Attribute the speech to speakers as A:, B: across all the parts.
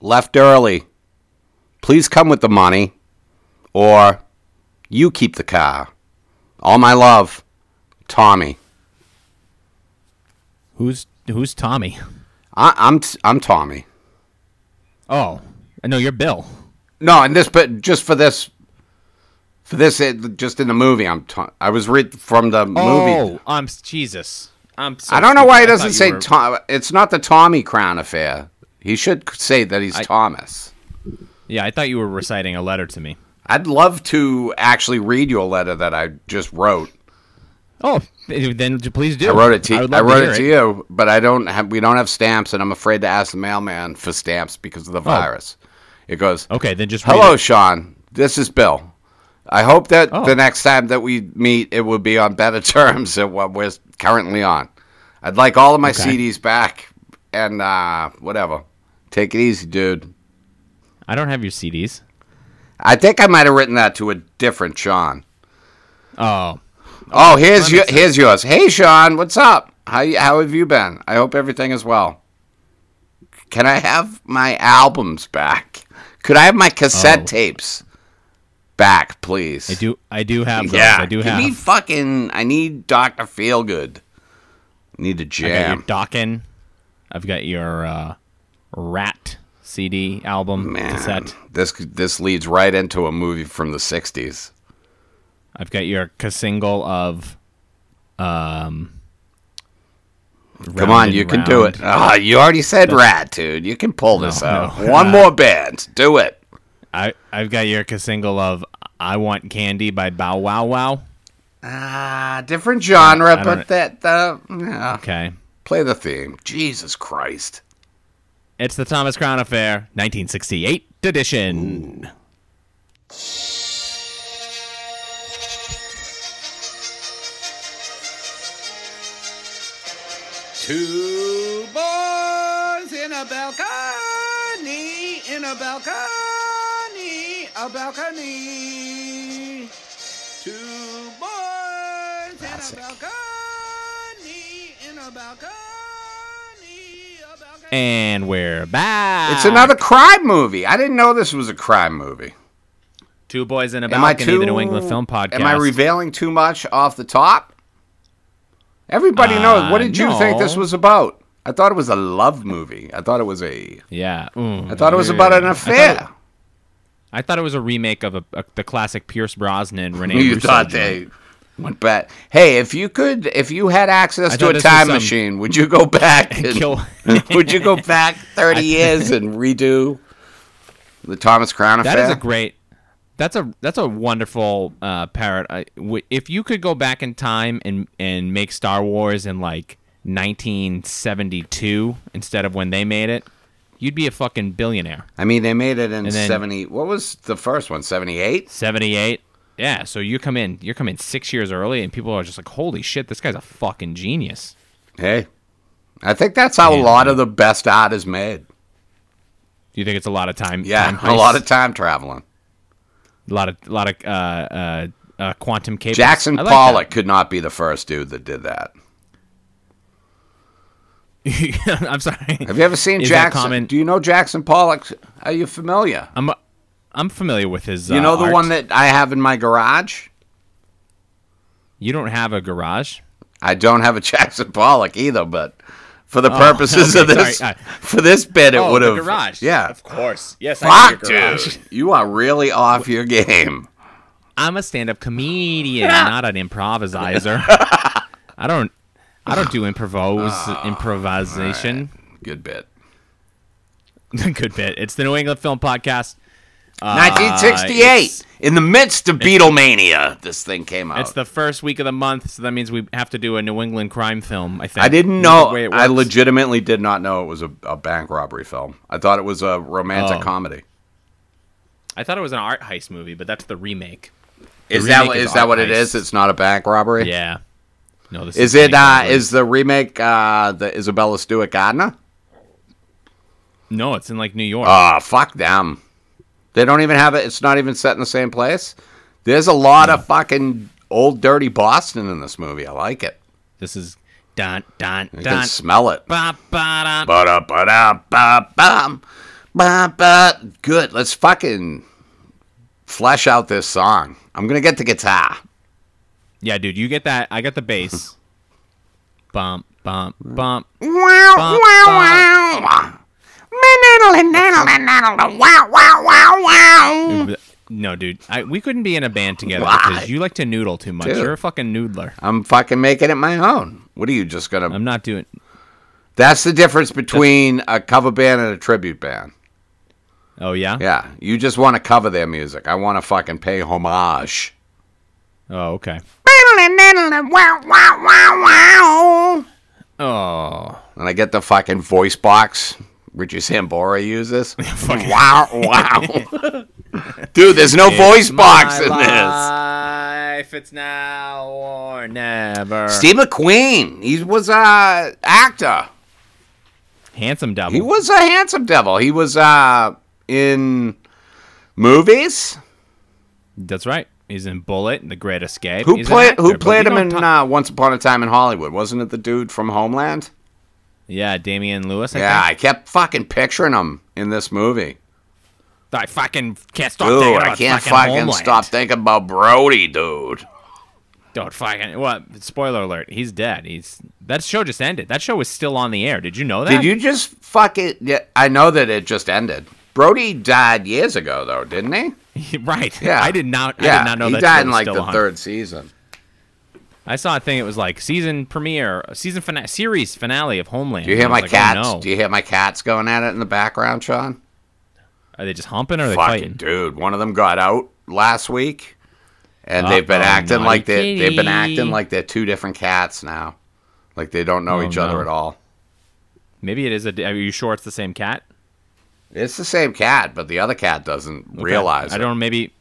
A: left early. Please come with the money. Or you keep the car. All my love, Tommy.
B: Who's who's Tommy?
A: I, I'm I'm Tommy.
B: Oh, no, you're Bill.
A: No, and this, but just for this, for this, it, just in the movie, I'm. Tom, I was read from the movie.
B: Oh, I'm Jesus. I'm. So
A: I don't know
B: stupid.
A: why he
B: thought
A: doesn't
B: you
A: say
B: were-
A: Tom. It's not the Tommy Crown affair. He should say that he's
B: I-
A: Thomas.
B: Yeah, I thought you were reciting a letter to me.
A: I'd love to actually read you a letter that I just wrote.
B: Oh, then please do.
A: I wrote it to
B: would
A: I,
B: love
A: wrote
B: hear
A: it to you, but I don't have we don't have stamps, and I'm afraid to ask the mailman for stamps because
B: Oh.
A: of the virus. It goes.
B: Okay, then just read
A: Hello,
B: it.
A: Sean. This is Bill. I hope that
B: Oh.
A: the next time that we meet, it will be on better terms than what we're currently on. I'd like all of my
B: Okay.
A: CDs back and uh, whatever. Take it easy, dude.
B: I don't have your CDs.
A: I think I might have written that to a different Sean.
B: Oh,
A: Oh, here's your, here's yours. Hey, Sean, what's up? How you- how have you been? I hope everything is well. Can I have my albums back? Could I have my cassette
B: Oh.
A: tapes back, please?
B: I do. I do have those. I do
A: give
B: have.
A: me fucking. I need Doctor Feelgood. Need a
B: I got your
A: jam,
B: Dokken. I've got your uh, Rat CD album
A: man.
B: cassette.
A: This this leads right into a movie from the '60s.
B: I've got your ca- single of. Um,
A: Come on, you can do it. Ah, you already said rat, dude. You can pull this
B: No,
A: out.
B: no.
A: One more band, do it.
B: I I've got your ca- single of "I Want Candy" by Bow Wow Wow.
A: Ah, different genre,
B: I don't-
A: but that the yeah.
B: Okay,
A: play the theme. Jesus Christ.
B: it's the Thomas Crown Affair, 1968 edition.
A: Two boys in a balcony, in a balcony, a balcony. Two boys in a balcony, in a balcony, a balcony.
B: And we're back.
A: It's another crime movie. I didn't know this was a crime movie.
B: two boys in a
A: Am I
B: balcony.
A: too?
B: the New England Film Podcast.
A: Am I revealing too much off the top? Everybody
B: Uh,
A: knows. What did you think this
B: no.
A: was about? I thought it was a love movie. I thought it was a.
B: Yeah. Mm.
A: I thought it was about an affair.
B: I thought it was a remake of a, a, the classic Pierce Brosnan Renee.
A: you
B: Russo
A: thought they
B: joint.
A: went back. Hey, if you could, if you had access
B: I
A: to
B: thought
A: a
B: this was
A: time
B: some-
A: machine, would you go back? And
B: kill-
A: would you go back thirty years and redo the Thomas Crown affair?
B: That is a great. That's a that's a wonderful uh, parrot. I w if you could go back in time and and make Star Wars in like 1972 instead of when they made it, you'd be a fucking billionaire.
A: I mean, they made it in
B: And then-
A: seventy. What was the first one? Seventy-eight.
B: 78. Yeah, so you come in, you come in six years early, and people are just like, "Holy shit, this guy's a fucking genius."
A: Hey, I think that's how a
B: Yeah.
A: lot of the best art is made.
B: Do you think it's a lot of time?
A: Yeah,
B: time
A: a lot
B: heists?
A: of time traveling.
B: a lot of a lot of uh, uh, uh, quantum cables.
A: Jackson
B: I like that.
A: Pollock could not be the first dude that did that.
B: I'm sorry.
A: Have you ever seen
B: Is that
A: Jackson?
B: common?
A: Do you know Jackson Pollock? Are you familiar?
B: I'm I'm familiar with his.
A: you
B: uh,
A: know the
B: art.
A: one that I have in my garage?
B: you don't have a garage.
A: I don't have a Jackson Pollock either, but for the purposes
B: Oh, okay,
A: of this
B: sorry, I-
A: for this bit it
B: oh,
A: would
B: the
A: have
B: garage.
A: Yeah.
B: course. Yes,
A: Fuck dude. You are really off your game.
B: I'm a stand-up comedian, not an improviser. I don't. I don't do improvise
A: Oh,
B: improvisation.
A: Good bit.
B: Good bit. It's the New England Film Podcast. Uh,
A: 1968.
B: it's-
A: In the midst of Beatlemania, this thing came out.
B: It's the first week of the month, so that means we have to do a New England crime film. I think
A: I didn't
B: Is
A: know.
B: the way it
A: I
B: works.
A: legitimately did not know it was a, a bank robbery film. I thought it was a romantic
B: Oh.
A: comedy.
B: I thought it was an art heist movie, but that's the remake.
A: Is
B: remake
A: that is,
B: is
A: that
B: art
A: what it is?
B: heist.
A: It's not a bank robbery.
B: Yeah. No, this
A: Is
B: is
A: it?
B: bank
A: Uh,
B: robbery.
A: is the remake uh, the Isabella Stewart Gardner?
B: no, it's in like New York.
A: Ah, fuck them. They don't even have it. It's not even set in the same place. There's a lot of fucking old dirty Boston in this movie. I like it.
B: this is dun dun
A: I can
B: dun.
A: smell it.
B: Ba, ba, da.
A: Ba-da-ba-da-ba-bum. Ba, ba. Good. Let's fucking flesh out this song. I'm gonna get the guitar.
B: Yeah, dude, you get that. I got the bass. bump, bump,
A: Mm.
B: bump.
A: Wow,
B: Bum,
A: wow, wow. Wow, wow, wow, wow.
B: No, dude, I, we couldn't be in a band together
A: Why?
B: because you like to noodle too much.
A: Dude.
B: You're a fucking noodler.
A: I'm fucking making it my own. What are you just gonna?
B: I'm not doing.
A: That's the difference between a cover band and a tribute band.
B: Oh yeah.
A: Yeah, you just want to cover their music. I want to fucking pay homage.
B: Oh okay.
A: Wow, wow, wow, wow.
B: Oh.
A: And I get the fucking voice box Richie Sambora uses. wow, wow. Dude, there's no voice box in this.
B: Life, it's now or never.
A: Steve McQueen, he was a actor.
B: Handsome double.
A: He was a handsome devil. He was uh, in movies.
B: That's right. He's in Bullet, The Great Escape.
A: Who
B: He's an
A: played
B: actor,
A: Who
B: but
A: played
B: we
A: him in
B: don't talk-
A: uh, Once Upon a Time in Hollywood? Wasn't it the dude from Homeland?
B: yeah, Damian Lewis. I
A: Yeah,
B: yeah.
A: I kept fucking picturing him in this movie.
B: I fucking can't stop
A: Dude,
B: thinking
A: I
B: about
A: can't
B: fucking,
A: fucking
B: Homeland.
A: stop thinking about Brody, dude.
B: Don't fucking. What? Spoiler alert. He's dead. He's that show just ended. That show was still on the air. Did you know that?
A: Did you just fuck it? Yeah, I know that it just ended. Brody died years ago, though, didn't he?
B: right.
A: Yeah.
B: I did not. I
A: yeah,
B: did not know
A: he
B: that
A: died
B: show
A: in
B: was
A: like
B: still
A: the
B: on.
A: third season.
B: I saw a thing. It was like season premiere, season finale, series finale of Homeland.
A: Do you hear
B: And I
A: my
B: was like,
A: cats?
B: Oh, no.
A: Do you hear my cats going at it in the background, Sean?
B: Are they just humping or are they
A: Fucking
B: fighting?
A: dude, one of them got out last week, and they've been
B: Uh-oh,
A: acting like they
B: naughty
A: they've been acting
B: kitty.
A: like they're two different cats now, like they don't know
B: Oh,
A: each other
B: no.
A: at all.
B: Maybe it is a. Are you sure it's the same cat?
A: It's the same cat, but the other cat doesn't realize
B: I
A: it.
B: don't. know, Maybe,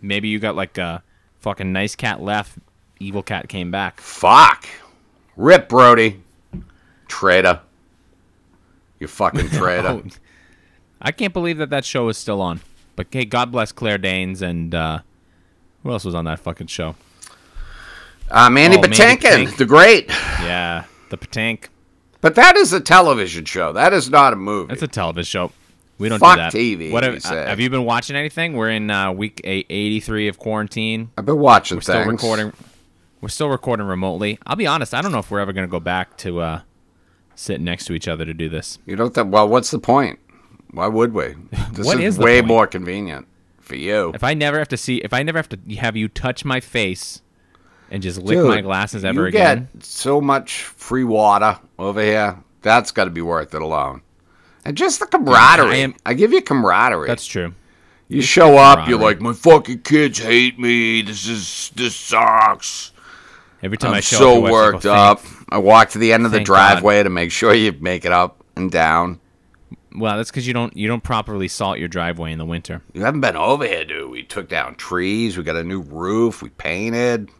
B: maybe you got like a fucking nice cat left, evil cat came back.
A: Fuck. Rip Brody. Traitor. You fucking traitor.
B: Oh, I can't believe that that show is still on. But hey, God bless Claire Danes and uh, who else was on that fucking show?
A: uh, Manny
B: Oh, Mandy
A: Patinkin,
B: Patinkin.
A: the great.
B: Yeah, the Patank.
A: But that is a television show. That is not a movie.
B: That's a television show. We don't
A: Fuck
B: do that.
A: TV,
B: What have,
A: we say.
B: uh, have you been watching anything? We're in uh, week eight, 83 of quarantine.
A: I've been watching
B: We're
A: things.
B: still recording. We're still recording remotely. I'll be honest. I don't know if we're ever going to go back to uh, sitting next to each other to do this.
A: You don't think, well, what's the point? Why would we? This
B: What
A: is
B: is the
A: way
B: point?
A: more convenient for you.
B: If I never have to see, if I never have to have you touch my face and just lick my
A: Dude,
B: glasses ever
A: you
B: again,
A: get so much free water over here. That's got to be worth it alone. And just the camaraderie. I,
B: am-
A: give you camaraderie.
B: that's true.
A: You show up,
B: Robert.
A: you're like, my fucking kids hate me. This is this sucks.
B: Every time
A: I'm
B: I show
A: so
B: up, to
A: worked
B: work, I go,
A: up. I walk to the end of the
B: Thank
A: driveway to make sure you make it up and down.
B: "Thank- Well, that's because you don't you don't properly salt your driveway in the winter.
A: You haven't been over here, dude. We took down trees. We got a new roof. We painted.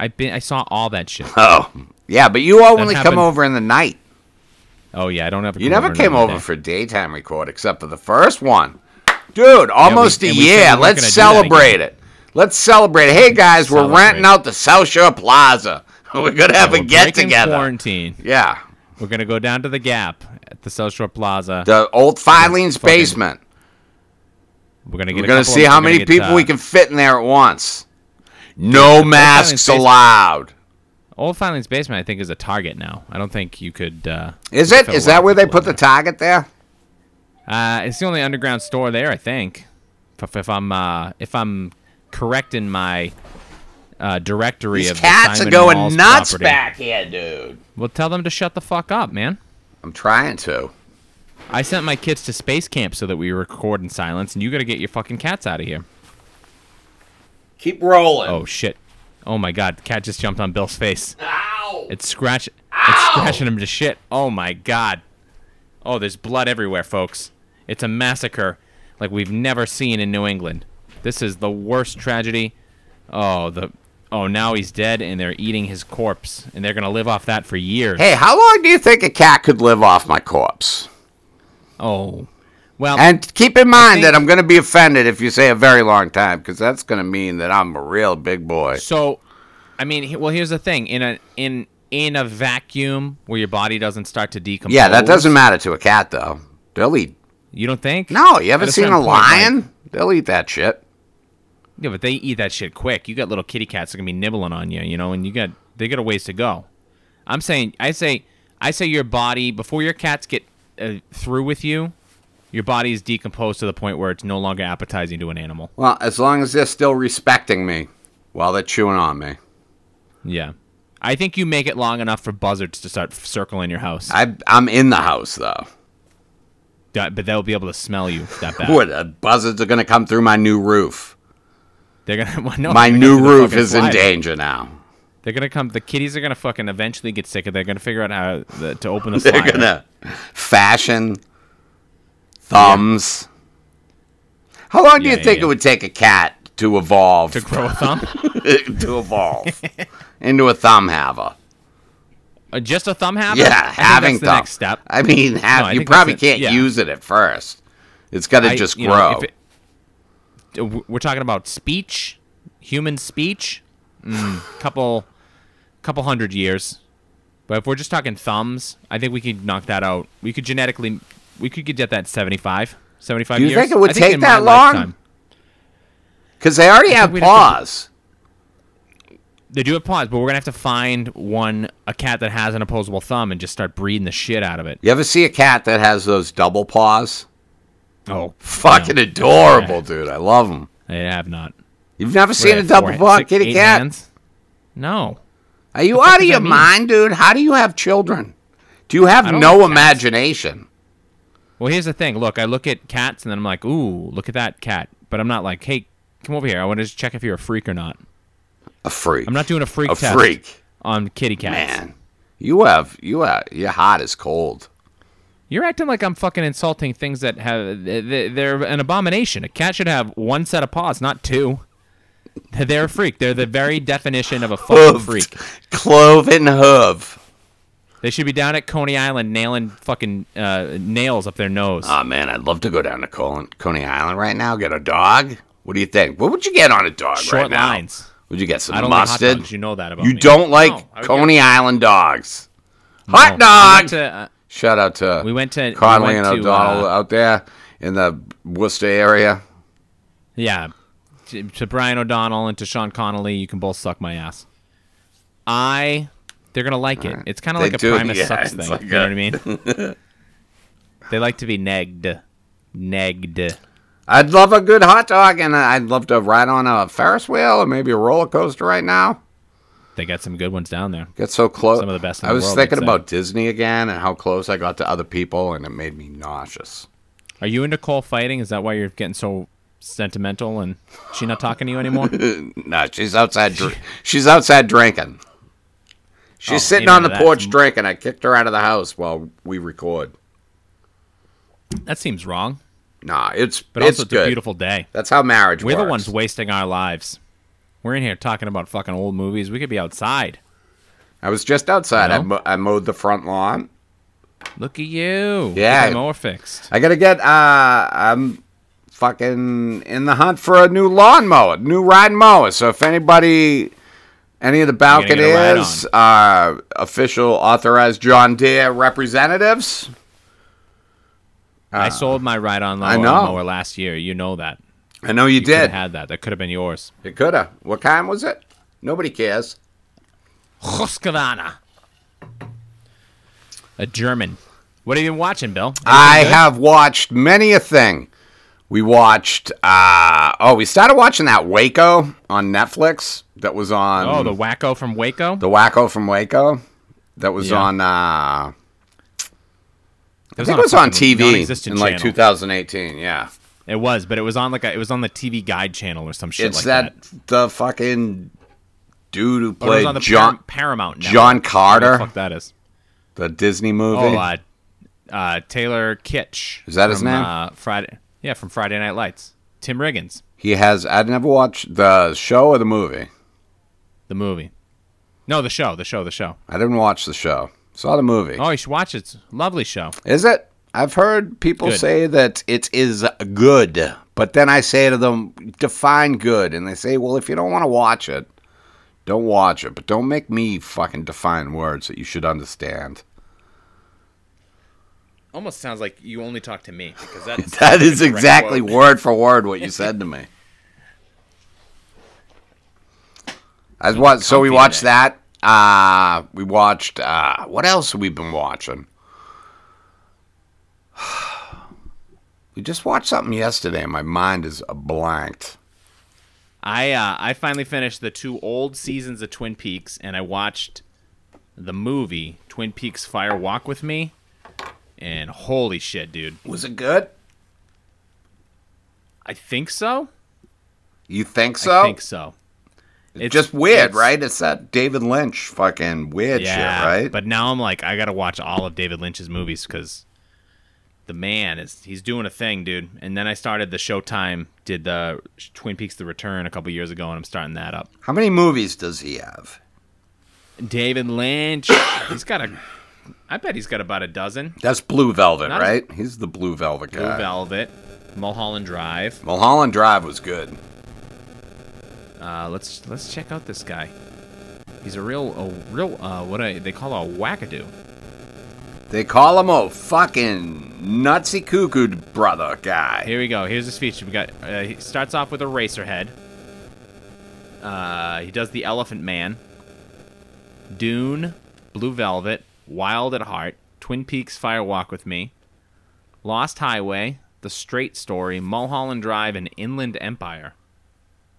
B: I've been I saw all that shit.
A: Oh, yeah, but you only come
B: happened-
A: over in the night.
B: Oh yeah, I don't have.
A: You never came
B: another
A: over
B: day.
A: for daytime record except for the first one. Dude, almost a
B: and we said we
A: year.
B: weren't
A: Let's
B: gonna do that again.
A: celebrate it. Let's celebrate. it. Hey guys, we're
B: Celebrate.
A: renting out the South Shore Plaza. We're gonna have
B: We're
A: a get
B: breaking
A: together.
B: Quarantine.
A: Yeah.
B: We're gonna go down to the Gap at the South Shore Plaza.
A: The old Filene's
B: Fucking-
A: basement.
B: We're gonna get.
A: We're
B: a
A: gonna
B: couple
A: see
B: of-
A: how
B: we're gonna
A: many
B: get,
A: people
B: uh,
A: we can fit in there at once. No masks
B: basement-
A: allowed.
B: Old Filings basement, I think, is a Target now. I don't think you could. Uh,
A: Is
B: you
A: it?
B: could fit
A: Is
B: a lot
A: that
B: of
A: where they
B: people
A: put
B: in
A: the target there?
B: Uh, it's the only underground store there, I think. If, if I'm uh, if I'm correct in my uh, directory
A: These
B: of the
A: cats are
B: Simon
A: going
B: Malls
A: nuts
B: property.
A: back here, dude.
B: Well, tell them to shut the fuck up, man.
A: I'm trying to.
B: I sent my kids to space camp so that we record in silence, and you gotta get your fucking cats out of here.
A: Keep rolling.
B: Oh shit! Oh my god, the cat just jumped on Bill's face.
A: Ow.
B: It's scratch. It's scratching him to shit. Oh my god. Oh, there's blood everywhere, folks. It's a massacre like we've never seen in New England. This is the worst tragedy. Oh, the Oh, now he's dead and they're eating his corpse and they're going to live off that for years.
A: Hey, how long do you think a cat could live off my corpse?
B: Oh. Well,
A: And keep in mind that
B: think-
A: I'm going to be offended if you say a very long time, because that's going to mean that I'm a real big boy.
B: so I mean, he- well, here's the thing. In a in in a vacuum where your body doesn't start to decompose.
A: Yeah, that doesn't matter to a cat, though. They'll eat
B: You don't think?
A: No, you haven't
B: At
A: seen
B: certain
A: a
B: point, like-
A: lion? They'll eat that shit.
B: yeah, but they eat that shit quick. You got little kitty cats that are gonna be nibbling on you, you know, and you got they got a ways to go. I'm saying, I say, I say, your body before your cats get uh, through with you, your body is decomposed to the point where it's no longer appetizing to an animal.
A: Well, as long as they're still respecting me while they're chewing on me.
B: Yeah, I think you make it long enough for buzzards to start circling your house,
A: I, I'm in the house, though.
B: That- but they'll be able to smell you that bad.
A: What? Uh, buzzards are going to come through my new roof.
B: They're gonna well, no,
A: My
B: they're gonna
A: new
B: do the
A: roof
B: fucking
A: is in
B: slide.
A: danger now.
B: They're gonna come. The kitties are gonna fucking eventually get sick, and they're gonna figure out how the, to open the
A: They're
B: slider.
A: going to fashion thumbs. How long do
B: Yeah,
A: you
B: yeah,
A: think
B: yeah.
A: it would take a cat to evolve?
B: to grow a thumb.
A: to evolve into a thumb haver.
B: Uh, just a thumb habit.
A: Yeah,
B: I think
A: having
B: that's the
A: thumb.
B: next step.
A: I mean, have,
B: No, I
A: you
B: think that's
A: probably
B: it.
A: can't
B: Yeah.
A: use it at first. It's got to
B: I-
A: just
B: you
A: grow.
B: know, if it- w- we're talking about speech, human speech. Mm, couple, couple hundred years. But if we're just talking thumbs, I think we could knock that out. We could genetically, we could get that 75, 75
A: Do you
B: years.
A: think it would
B: I
A: take
B: in my
A: that long?
B: lifetime-
A: Because they already have
B: we'd have to-
A: paws.
B: They do have paws, but we're gonna have to find one a cat that has an opposable thumb and just start breeding the shit out of it.
A: You ever see a cat that has those double paws?
B: Oh,
A: Fucking adorable, dude. I love them.
B: I have not
A: You've never seen
B: What
A: a
B: are they,
A: double
B: four-
A: paw
B: six-
A: kitty
B: eight
A: cat?
B: hands? No,
A: Are you out
B: does
A: of
B: that
A: your
B: mean?
A: mind, dude? How do you have children? Do you have
B: don't
A: no
B: like cats.
A: imagination?
B: Well, here's the thing. Look, I look at cats and then I'm like, ooh, look at that cat. But I'm not like, hey, come over here. I want to just check if you're a freak or not.
A: A freak.
B: I'm not doing a freak
A: a
B: test
A: freak.
B: on kitty cats.
A: Man, you have you have your heart is cold.
B: You're acting like I'm fucking insulting things that have th- th- they're an abomination. A cat should have one set of paws, not two. They're a freak. They're the very definition of a fucking
A: Hooved.
B: freak.
A: Cloven hoof.
B: They should be down at Coney Island nailing fucking uh, nails up their nose.
A: Oh man, I'd love to go down to Colon, Coney Island right now. Get a dog. What do you think? What would you get on a dog
B: Short
A: right now?
B: lines.
A: Would you get some
B: I don't like hot
A: mustard?
B: dogs. You know that about
A: you
B: me.
A: don't like
B: No, I would
A: Coney Island dogs.
B: get-
A: Hot
B: I
A: dog.
B: went to, uh,
A: Shout out to
B: We went to- we
A: Conley
B: went
A: and
B: to,
A: O'Donnell
B: uh,
A: out there in the Worcester area.
B: Yeah. To, to Brian O'Donnell and to Sean Connolly, you can both suck my ass. I, they're gonna like it. It's kind of
A: They
B: like a
A: do,
B: Primus
A: yeah,
B: sucks
A: it's
B: thing.
A: like
B: you know what
A: a-
B: I mean? they like to be negged, negged.
A: I'd love a good hot dog, and I'd love to ride on a Ferris wheel or maybe a roller coaster right now.
B: They got some good ones down there.
A: Get so close.
B: Some of the best in
A: I
B: the
A: was
B: world,
A: thinking
B: I'd say.
A: about Disney again and how close I got to other people, and it made me nauseous.
B: Are you into Cole fighting? Is that why you're getting so sentimental? And she not talking to you anymore?
A: No, she's outside. Dr- she's outside drinking. She's
B: Oh,
A: sitting
B: amen
A: on the
B: to that.
A: porch drinking. I kicked her out of the house while we record.
B: that seems wrong.
A: Nah, it's
B: But
A: it's
B: also, it's
A: good.
B: a beautiful day.
A: That's how marriage
B: We're
A: works.
B: the ones wasting our lives. We're in here talking about fucking old movies. We could be outside.
A: I was just outside. I,
B: You know?
A: mo- I mowed the front lawn.
B: Look at you.
A: Yeah.
B: Get more fixed.
A: I gotta get. Uh, I'm fucking in the hunt for a new lawnmower, new ride mower. So if anybody, any of the
B: gonna get a ride
A: balconies are official authorized John Deere representatives,
B: I sold my ride on
A: Ah. I
B: lawnmower,
A: know.
B: mower last year. You know that.
A: I know you,
B: You could
A: did.
B: have had that. That could have been yours.
A: you coulda. What kind was it? Nobody cares.
B: Husqvarna. A German. What have you been watching, Bill?
A: I um, have watched many a thing. We watched. Uh, oh, we started watching that Waco on Netflix. That was on.
B: Oh, the wacko from Waco.
A: the Wacko from Waco. That was
B: Yeah.
A: on. Uh,
B: It
A: I think it was on
B: fucking
A: TV
B: non-existent
A: in like
B: channel.
A: 2018. Yeah,
B: It was, but it was on like a, it was on the TV Guide channel or some shit
A: it's
B: like that.
A: that, the fucking dude who
B: Or it was on
A: played
B: the
A: John
B: Par- Paramount. Network.
A: John
B: Whatever the
A: Carter,
B: fuck that is.
A: the Disney movie.
B: Oh, uh, uh, Taylor Kitsch.
A: Is that his
B: from,
A: name?
B: Uh, Friday. Yeah, from Friday Night Lights. Tim Riggins,
A: he has. I'd never watched the show or the movie.
B: the movie. No, the show, the show, the show.
A: I didn't watch the show. Saw the movie.
B: Oh, you should watch it. It's a lovely show.
A: Is it? I've heard people
B: Good.
A: say that it is good, but then I say to them, define good. And they say, well, if you don't want to watch it, don't watch it, but don't make me fucking define words that you should understand.
B: almost sounds like you only talk to me because that's
A: That is
B: correct
A: exactly
B: quote.
A: word for word what you said to me. I was, so we
B: comfy
A: watched
B: today.
A: that. Uh, we watched. Uh, what else have we been watching? We just watched something yesterday, and my mind is a blanked.
B: I uh, I finally finished the two old seasons of Twin Peaks, and I watched the movie Twin Peaks: Fire Walk with Me, and holy shit, dude!
A: Was it good?
B: I think so.
A: You think so?
B: I think so.
A: It's just weird,
B: it's-
A: right? It's that David Lynch fucking weird
B: Yeah,
A: shit, right?
B: But now I'm like, I gotta watch all of David Lynch's movies because the man is he's doing a thing, dude. And then I started the Showtime, did the Twin Peaks: The Return a couple years ago, and I'm starting that up.
A: How many movies does he have?
B: David Lynch, he's got a, I bet he's got about a dozen.
A: That's Blue Velvet,
B: Not as-
A: right? He's the Blue Velvet guy.
B: Blue Velvet, Mulholland Drive.
A: Mulholland Drive was good.
B: Uh, let's let's check out this guy. He's a real a real uh, what I, they call a wackadoo.
A: They call him a fucking nutsy cuckoo brother guy.
B: Here we go. Here's his feature. We got. Uh, he starts off with a racer head. Uh, he does the Elephant Man. Dune, Blue Velvet, Wild at Heart, Twin Peaks: Fire Walk with Me, Lost Highway, The Straight Story, Mulholland Drive, and Inland Empire.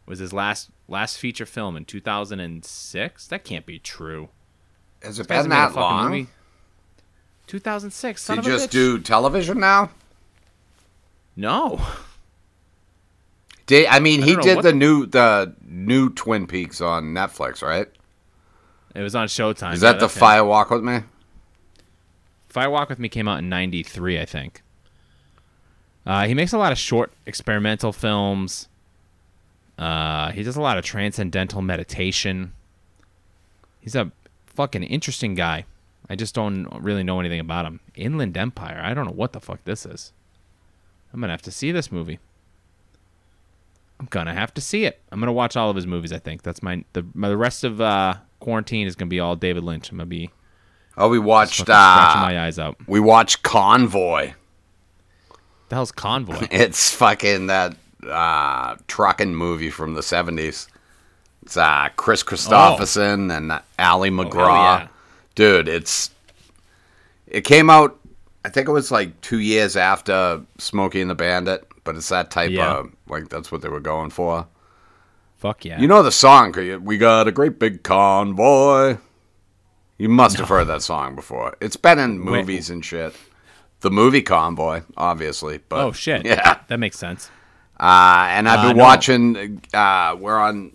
B: Was his last last feature film in 2006? That can't be true.
A: Has it
B: This
A: been
B: guy's made a
A: that
B: fucking
A: long?
B: movie. 2006. Son
A: Did
B: of
A: you
B: a
A: just
B: bitch.
A: do television now?
B: No.
A: Did I mean he
B: don't know
A: did
B: what-
A: the new the new Twin Peaks on Netflix, right?
B: It was on Showtime.
A: Is
B: Yeah,
A: that the
B: that's him.
A: Fire Walk with Me?
B: Fire Walk with Me came out in '93, I think. Uh, he makes a lot of short experimental films. Uh, he does a lot of transcendental meditation. He's a fucking interesting guy. I just don't really know anything about him. Inland Empire. I don't know what the fuck this is. I'm gonna have to see this movie. I'm gonna have to see it. I'm gonna watch all of his movies. I think that's my the my, the rest of uh, quarantine is gonna be all David Lynch. I'm gonna be
A: Oh, we
B: fucking
A: watched
B: scratching
A: uh,
B: my eyes out.
A: we watched Convoy.
B: The hell's Convoy?
A: It's fucking that uh, trucking movie from the seventies. It's uh, Chris Christopherson and Ally McGraw.
B: Oh. yeah.
A: Dude, it's it came out. I think it was like two years after Smokey and the Bandit, but it's that type
B: Yeah.
A: of like that's what they were going for.
B: Fuck yeah.
A: You know the song? 'cause you- We got a great big convoy. You must have heard that song before. It's been in movies and shit. The movie Convoy, obviously. But
B: oh shit.
A: Yeah.
B: That makes sense.
A: Uh, and I've
B: Uh,
A: been
B: no.
A: watching. Uh, we're on.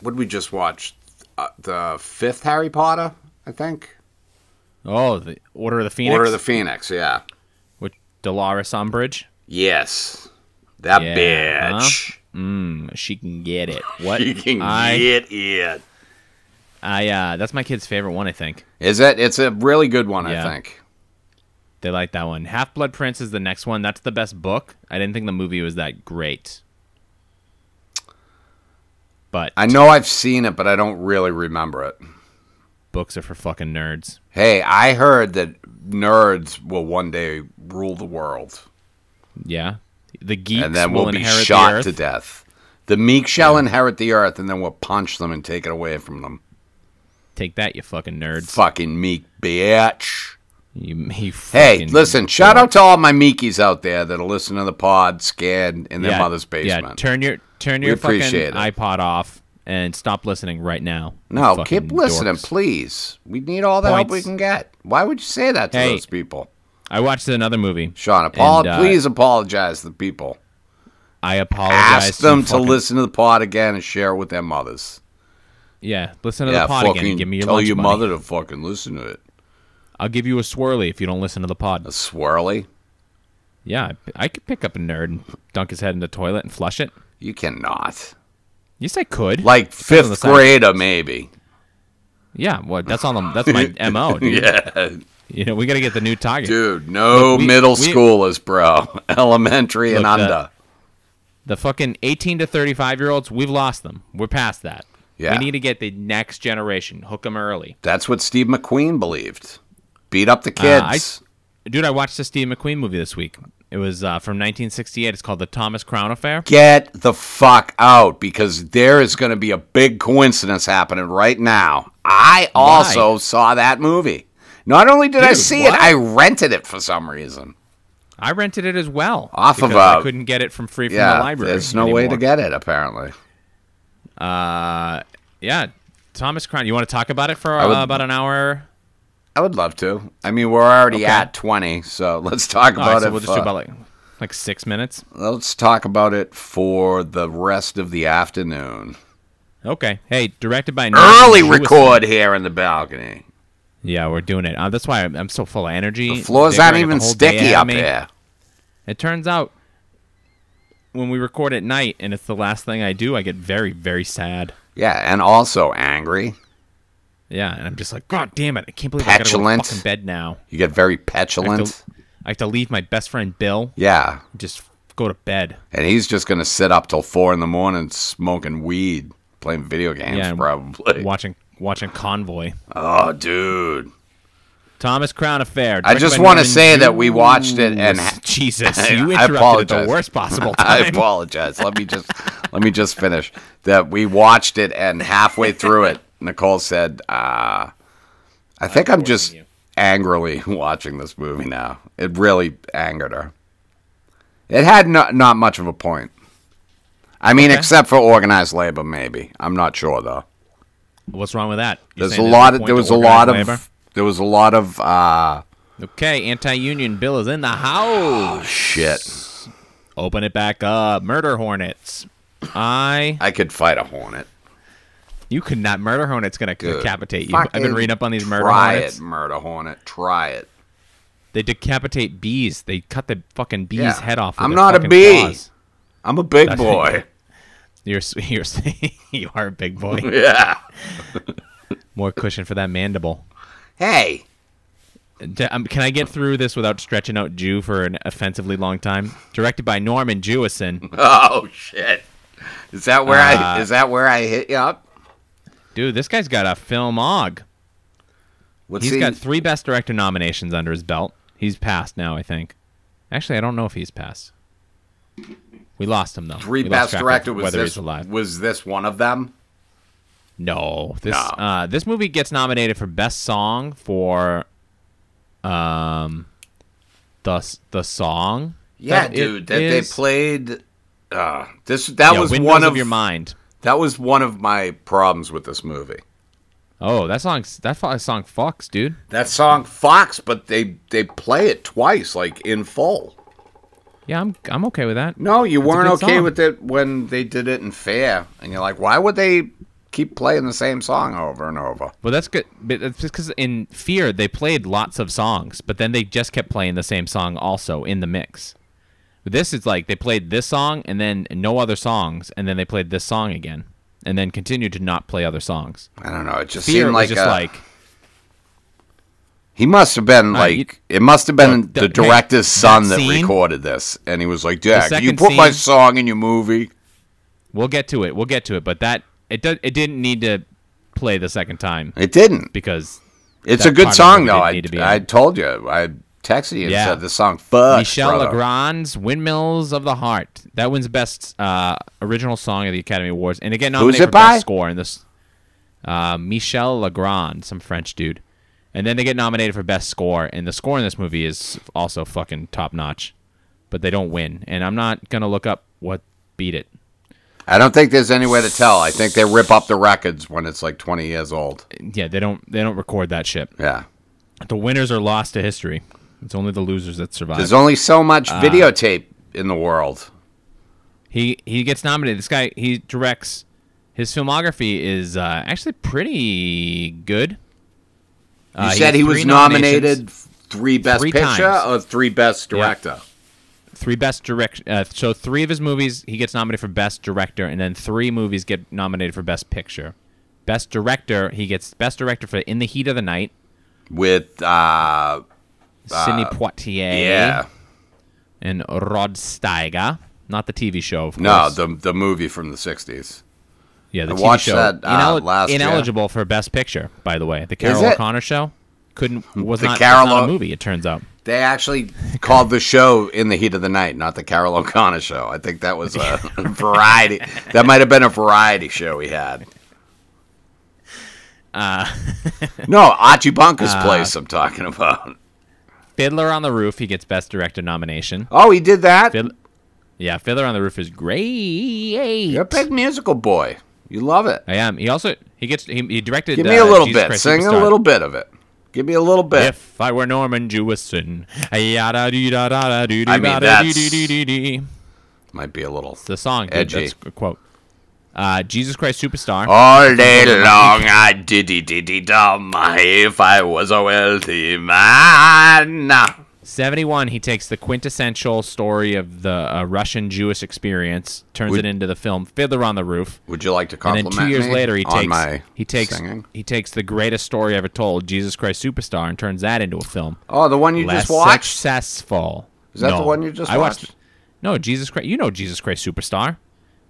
A: What did we just watch? Uh, the fifth Harry Potter, I think.
B: Oh, the Order of the Phoenix.
A: Order of the Phoenix. Yeah.
B: with Dolores Umbridge.
A: Yes. That
B: Yeah,
A: bitch.
B: Mm, she can get it. What?
A: You can
B: I,
A: get it.
B: I uh that's my kid's favorite one, I think.
A: Is it? It's a really good one,
B: Yeah.
A: I think.
B: They like that one. Half Blood Prince is the next one. That's the best book. I didn't think the movie was that great. But
A: I know I've seen it, but I don't really remember it.
B: books are for fucking nerds.
A: Hey, I heard that nerds will one day rule the world.
B: Yeah. The geeks
A: and then
B: will
A: we'll be
B: inherit the
A: shot
B: earth.
A: to death. The meek shall inherit the earth, and then we'll punch them and take it away from them.
B: Take that, you fucking nerds.
A: Fucking meek bitch.
B: You, you
A: Hey,
B: fucking-
A: listen, shout out to all my meekies out there that are listening to the pod, scared in their mother's
B: Yeah,
A: basement.
B: turn your turn your fucking
A: appreciate it.
B: iPod off and stop listening right now. you
A: no,
B: fucking
A: keep listening,
B: dorks.
A: please. We need all the help we
B: Points.
A: can get. Why would you say that to
B: Hey.
A: those people?
B: I watched another movie.
A: Sean, apol-
B: And, uh,
A: please apologize to the people.
B: I apologize.
A: Ask them to
B: fucking-
A: listen to the pod again and share it with their mothers.
B: Yeah, listen to
A: yeah,
B: the pod
A: fucking
B: again. and Give me your
A: tell
B: lunch
A: your
B: money.
A: mother to fucking listen to it.
B: I'll give you a swirly if you don't listen to the
A: A
B: pod.
A: swirly?
B: Yeah, I, I could pick up a nerd and dunk his head in the toilet and flush it.
A: You cannot.
B: Yes, I could.
A: Like
B: on the
A: fifth
B: side.
A: grader, maybe.
B: yeah, well, that's on them. That's my mo. Dude.
A: Yeah,
B: You know, we got to get the new target.
A: dude. No
B: Look, we-
A: middle
B: we-
A: schoolers, bro. Elementary and
B: Look,
A: under.
B: that- The fucking eighteen to thirty-five year olds, we've lost them. We're past that.
A: Yeah.
B: We need to get the next generation. Hook them early.
A: That's what Steve McQueen believed. Beat up the
B: Uh, I-
A: kids.
B: dude, I watched the Steve McQueen movie this week. It was uh, from 1968. It's called The Thomas Crown Affair.
A: Get the fuck out because there is going to be a big coincidence happening right now. I also saw that movie. Not only did I
B: Dude,
A: see it,
B: what?
A: I rented it for some reason.
B: I rented it as well.
A: Off of,
B: because I
A: uh,
B: couldn't get it from free from the
A: Yeah,
B: library.
A: there's no way to
B: anymore.
A: get it apparently.
B: Uh, yeah, Thomas Crown. You want to talk about it for
A: I would-
B: uh, about an hour?
A: I would love to. I mean, we're already at 20, so let's talk
B: All right,
A: about uh,
B: so
A: it.
B: we'll just
A: for-
B: do about like like six minutes.
A: let's talk about it for the rest of the afternoon.
B: Okay. Hey, directed by
A: Early
B: Norman Jewison.
A: record here in the balcony.
B: Yeah, we're doing it. Uh, that's why I'm, I'm so full of energy.
A: The floor's
B: They're
A: not
B: gonna get the
A: even
B: whole day
A: sticky
B: out of
A: up
B: me.
A: here.
B: It turns out when we record at night and it's the last thing I do, I get very very sad.
A: Yeah, and also angry.
B: Yeah, and I'm just like, God damn it! I can't believe I gotta
A: Petulant.
B: go to fucking bed now.
A: You get very
B: I have,
A: petulant.
B: to, I have to leave my best friend Bill.
A: Yeah,
B: Just go to bed.
A: and he's just gonna sit up till four in the morning smoking weed, playing video games,
B: Yeah, and
A: probably.
B: Watching watching Convoy.
A: Oh, dude,
B: Thomas Crown Affair.
A: I
B: directed
A: just
B: by
A: want to
B: Norman
A: say that we watched it and
B: Jewison.
A: ha-
B: Jesus,
A: I- I
B: you interrupted at
A: apologize.
B: the worst possible
A: I
B: time.
A: apologize. Let me just let me just finish that we watched it and halfway through it, Nicole said, uh, "I think I'm just
B: you.
A: angrily watching this movie now." It really angered her. It had not not much of a point. I mean, except for organized labor, maybe. I'm not sure though.
B: What's wrong with that? You're
A: There's a
B: saying
A: lot.
B: no
A: Of,
B: point
A: there was
B: to
A: a lot of.
B: organized labor?
A: There was a lot of uh,
B: Okay, anti-union bill is in the house.
A: shit.
B: Open it back up. Murder hornets. I.
A: I could fight a hornet.
B: You could not murder hornets. Gonna
A: Dude,
B: decapitate you. I've been
A: fucking
B: reading up on these murder
A: try
B: hornets.
A: it, murder hornet. Try it.
B: They decapitate bees. They cut the fucking bee's
A: Yeah.
B: head off. With
A: I'm
B: their
A: not a
B: fucking
A: bee.
B: claws.
A: I'm a big
B: That's-
A: boy.
B: You're s- you're s- you are a big boy.
A: yeah.
B: More cushion for that mandible.
A: Hey.
B: D- um, can I get through this without stretching out Jew for an offensively long time? Directed by Norman Jewison.
A: Oh shit. Is that where
B: Uh,
A: I is that where I hit you up?
B: Dude, this guy's got a filmog.
A: What's
B: He's
A: he?
B: got three Best Director nominations under his belt. He's passed now, I think. Actually, I don't know if he's passed. We lost him though.
A: three
B: We lost
A: best
B: track of
A: director was
B: whether
A: this
B: he's alive.
A: was this one of them?
B: No, this
A: No.
B: Uh, this movie gets nominated for best song for, um, the s- the song.
A: Yeah,
B: that it
A: dude. That they
B: is-
A: played uh, this that
B: Yeah,
A: was
B: Windows
A: one
B: of,
A: of,
B: your mind.
A: that was one of my problems with this movie.
B: Oh, that song that fu- song fucks, dude.
A: That song Fox, but they they play it twice like in full.
B: Yeah, I'm I'm okay with that.
A: No, you
B: a
A: weren't
B: good
A: okay
B: song.
A: with it when they did it in Fair, and you're like, why would they keep playing the same song over and over?
B: Well, that's good, but it's just because in Fear they played lots of songs, but then they just kept playing the same song also in the mix. This is like they played this song and then no other songs, and then they played this song again, and then continued to not play other songs.
A: I don't know. It just
B: Fear
A: seemed
B: was
A: like,
B: just
A: a-
B: like
A: he must have been like
B: you-
A: it must have been
B: the-
A: the,
B: hey,
A: director's son
B: that
A: that
B: scene-
A: recorded this, and he was like, "Yeah, can you
B: second
A: put my
B: scene-
A: song in your movie."
B: we'll get to it, we'll get to it, but that it do, it didn't need to play the second time
A: It didn't.
B: because
A: It's
B: that
A: a good
B: part of
A: song
B: it
A: though.
B: didn't
A: I,
B: need to be in
A: I
B: it.
A: told you. I texted you and
B: Yeah.
A: said the song "Fuck."
B: Michel
A: brother."
B: Legrand's "Windmills of the Heart" that wins Best uh, Original Song at the Academy Awards, and again nominated
A: it
B: for
A: by?
B: Best Score in this. Uh, Michel Legrand, some French dude, and then they get nominated for Best Score, and the score in this movie is also fucking top notch, but they don't win, and I'm not gonna look up what beat it.
A: I don't think there's any way to tell. I think they rip up the records when it's like 20 years old.
B: Yeah, they don't they don't record that shit.
A: Yeah.
B: The winners are lost to history. It's only the losers that survive.
A: There's only so much
B: Uh,
A: videotape in the world.
B: He he gets nominated. This guy he directs. His filmography is uh, actually pretty good.
A: You
B: Uh,
A: said
B: has
A: he
B: three
A: was
B: nominations,
A: nominated three best
B: Three
A: picture
B: times.
A: or three best director.
B: three best direct. Uh, so three of his movies he gets nominated for best director, and then three movies get nominated for best picture. Best director he gets best director for In the Heat of the Night,
A: With uh
B: Sidney Poitier,
A: yeah.
B: and Rod Steiger. Not the TV show, of
A: No,
B: course.
A: the the movie from the 60s.
B: yeah, the
A: I
B: TV
A: watched
B: show.
A: that, uh, last year.
B: ineligible for best picture, by the way. The Carol
A: it?
B: O'Connor show. couldn't was
A: The
B: not, was
A: Carol
B: not a
A: O-
B: movie. It turns out.
A: They actually called the show in the heat of the night, not the Carol O'Connor show. I think that was a variety. That might have been a variety show we had. Uh, no, Archie Bunker's
B: Uh,
A: place. I'm talking about.
B: Fiddler on the Roof. He gets Best Director nomination.
A: Oh, he did that.
B: Fiddler, yeah, Fiddler on the Roof is great.
A: You're a big musical boy. You love it.
B: I am. He also he gets he, he directed.
A: Give me
B: uh,
A: a little
B: Jesus
A: bit.
B: Christ
A: Sing
B: Superstar.
A: a little bit of it. Give me a little bit.
B: If I were Norman Jewison, yada dee da da da doo doo
A: I mean,
B: da da
A: that's-
B: dee dee dee dee dee.
A: Might be a little.
B: It's the song. Dude.
A: Edgy.
B: That's a quote. Uh, Jesus Christ Superstar.
A: All day long I diddy diddy dum. If I was a wealthy man.
B: 71 he takes the quintessential story of the uh, russian jewish experience turns
A: Would-
B: it into the film fiddler on the roof
A: Would you like to
B: and then
A: compliment
B: two years
A: me
B: later he
A: on
B: takes
A: my
B: he takes
A: singing?
B: he takes the greatest story ever told jesus christ superstar and turns that into a film
A: Oh, the one you
B: less
A: just watched.
B: successful
A: Is that the
B: No.
A: one you just
B: I watched,
A: watched?
B: no jesus christ you know jesus christ superstar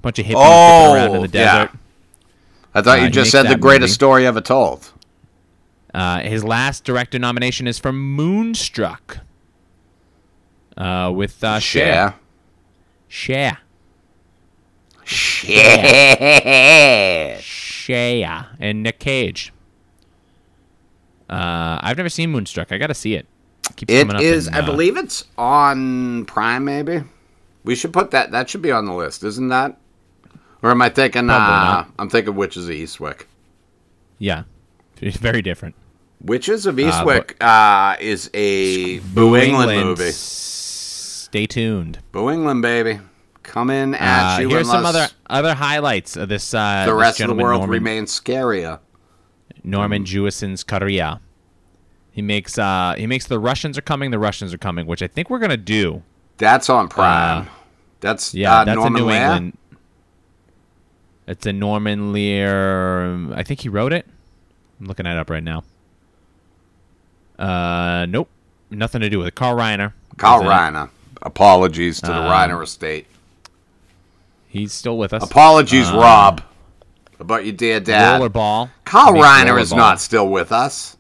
B: bunch of hippies
A: Oh,
B: oh, around in the
A: yeah.
B: desert
A: I thought
B: Uh,
A: you
B: he
A: just
B: makes
A: said the
B: that
A: greatest
B: movie.
A: story ever told.
B: Uh, his last director nomination is for Moonstruck. Uh, with uh, Cher.
A: Share.
B: Cher.
A: Share.
B: Shea and Nick Cage. Uh, I've never seen Moonstruck. I gotta see it. Keeps coming
A: It
B: up
A: is.
B: in,
A: I
B: uh,
A: believe it's on Prime. Maybe we should put that. That should be on the list, isn't that? Or am I thinking?
B: Probably
A: Uh,
B: not.
A: I'm thinking Witches of Eastwick.
B: Yeah, it's very different.
A: Witches of
B: Uh, but-
A: Eastwick uh, is a New England, movie.
B: s- Stay tuned.
A: New England, baby, come in at
B: Uh,
A: you.
B: here's some
A: unless
B: other other highlights of this. Uh,
A: The
B: this
A: rest of the
B: gentleman,
A: world
B: Norman,
A: remains scarier.
B: Norman Jewison's career. He makes uh, he makes the Russians are coming. The Russians are coming, which I think we're gonna do.
A: That's on Prime. that's
B: Uh, Yeah,
A: uh,
B: that's
A: Norman
B: a New
A: Lear?
B: England. It's a Norman Lear. um, I think he wrote it. I'm looking that up right now. Uh, nope, nothing to do with it. Carl Reiner.
A: Carl
B: is Uh, in it.
A: Reiner. Apologies to the Reiner estate.
B: He's still with us.
A: Apologies,
B: uh,
A: Rob, about your dear dad.
B: Rollerball.
A: Carl
B: He makes
A: Reiner is
B: Rollerball.
A: not still with us.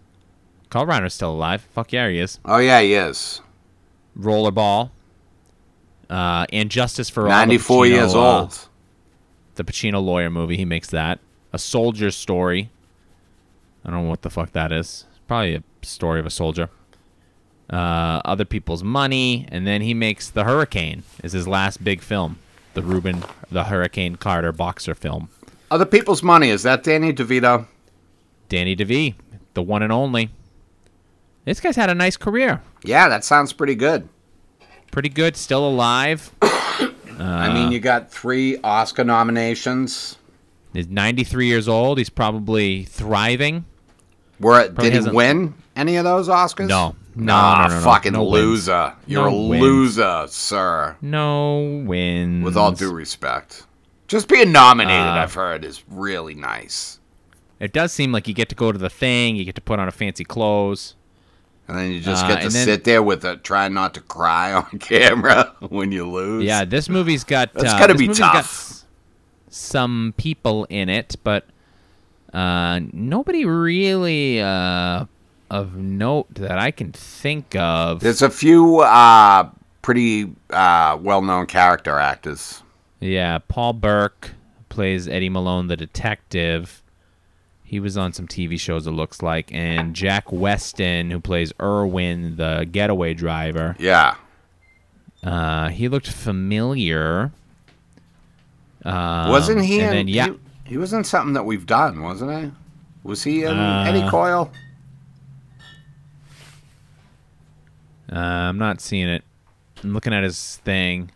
B: Carl Reiner's still alive. Fuck yeah, he is.
A: Oh yeah, he is.
B: Rollerball. Uh, and Justice for All. the
A: Ninety-four
B: Pacino,
A: years
B: uh,
A: old.
B: the Pacino lawyer movie. He makes that. A soldier's story. I don't know what the fuck that is. Probably a story of a soldier. Uh, other people's money, and then he makes The Hurricane. Is his last big film, the Ruben, the Hurricane Carter boxer film.
A: Other people's money is that Danny DeVito?
B: Danny DeVee, the one and only. This guy's had a nice career.
A: Yeah, that sounds pretty good.
B: Pretty good, still alive. Uh,
A: I mean, you got three Oscar nominations.
B: He's 93 years old. He's probably thriving.
A: Were it,
B: Probably
A: did he
B: hasn't-
A: win any of those Oscars?
B: No. No,
A: nah,
B: no, no, no.
A: fucking
B: No wins.
A: loser. You're
B: No
A: a
B: wins.
A: loser, sir.
B: No wins. Uh,
A: With all due respect, just being nominated, I've heard, is really nice.
B: It does seem like you get to go to the thing, you get to put on a fancy clothes.
A: And then you just
B: Uh,
A: get to
B: and then-
A: sit there with a try not to cry on camera when you lose.
B: Yeah, this movie's got
A: That's
B: uh,
A: gotta
B: this
A: be
B: movie's
A: tough.
B: got s- some people in it, but uh, nobody really uh, of note that I can think of.
A: There's a few uh, pretty uh, well-known character actors.
B: Yeah, Paul Burke plays Eddie Malone, the detective. He was on some TV shows, it looks like, and Jack Weston, who plays Irwin, the getaway driver.
A: Yeah.
B: Uh, he looked familiar.
A: wasn't he
B: Um, and
A: in?
B: then, yeah.
A: He, he was in something that we've done, wasn't he? Was he in Eddie Coyle?
B: Uh, I'm not seeing it. I'm looking at his thing.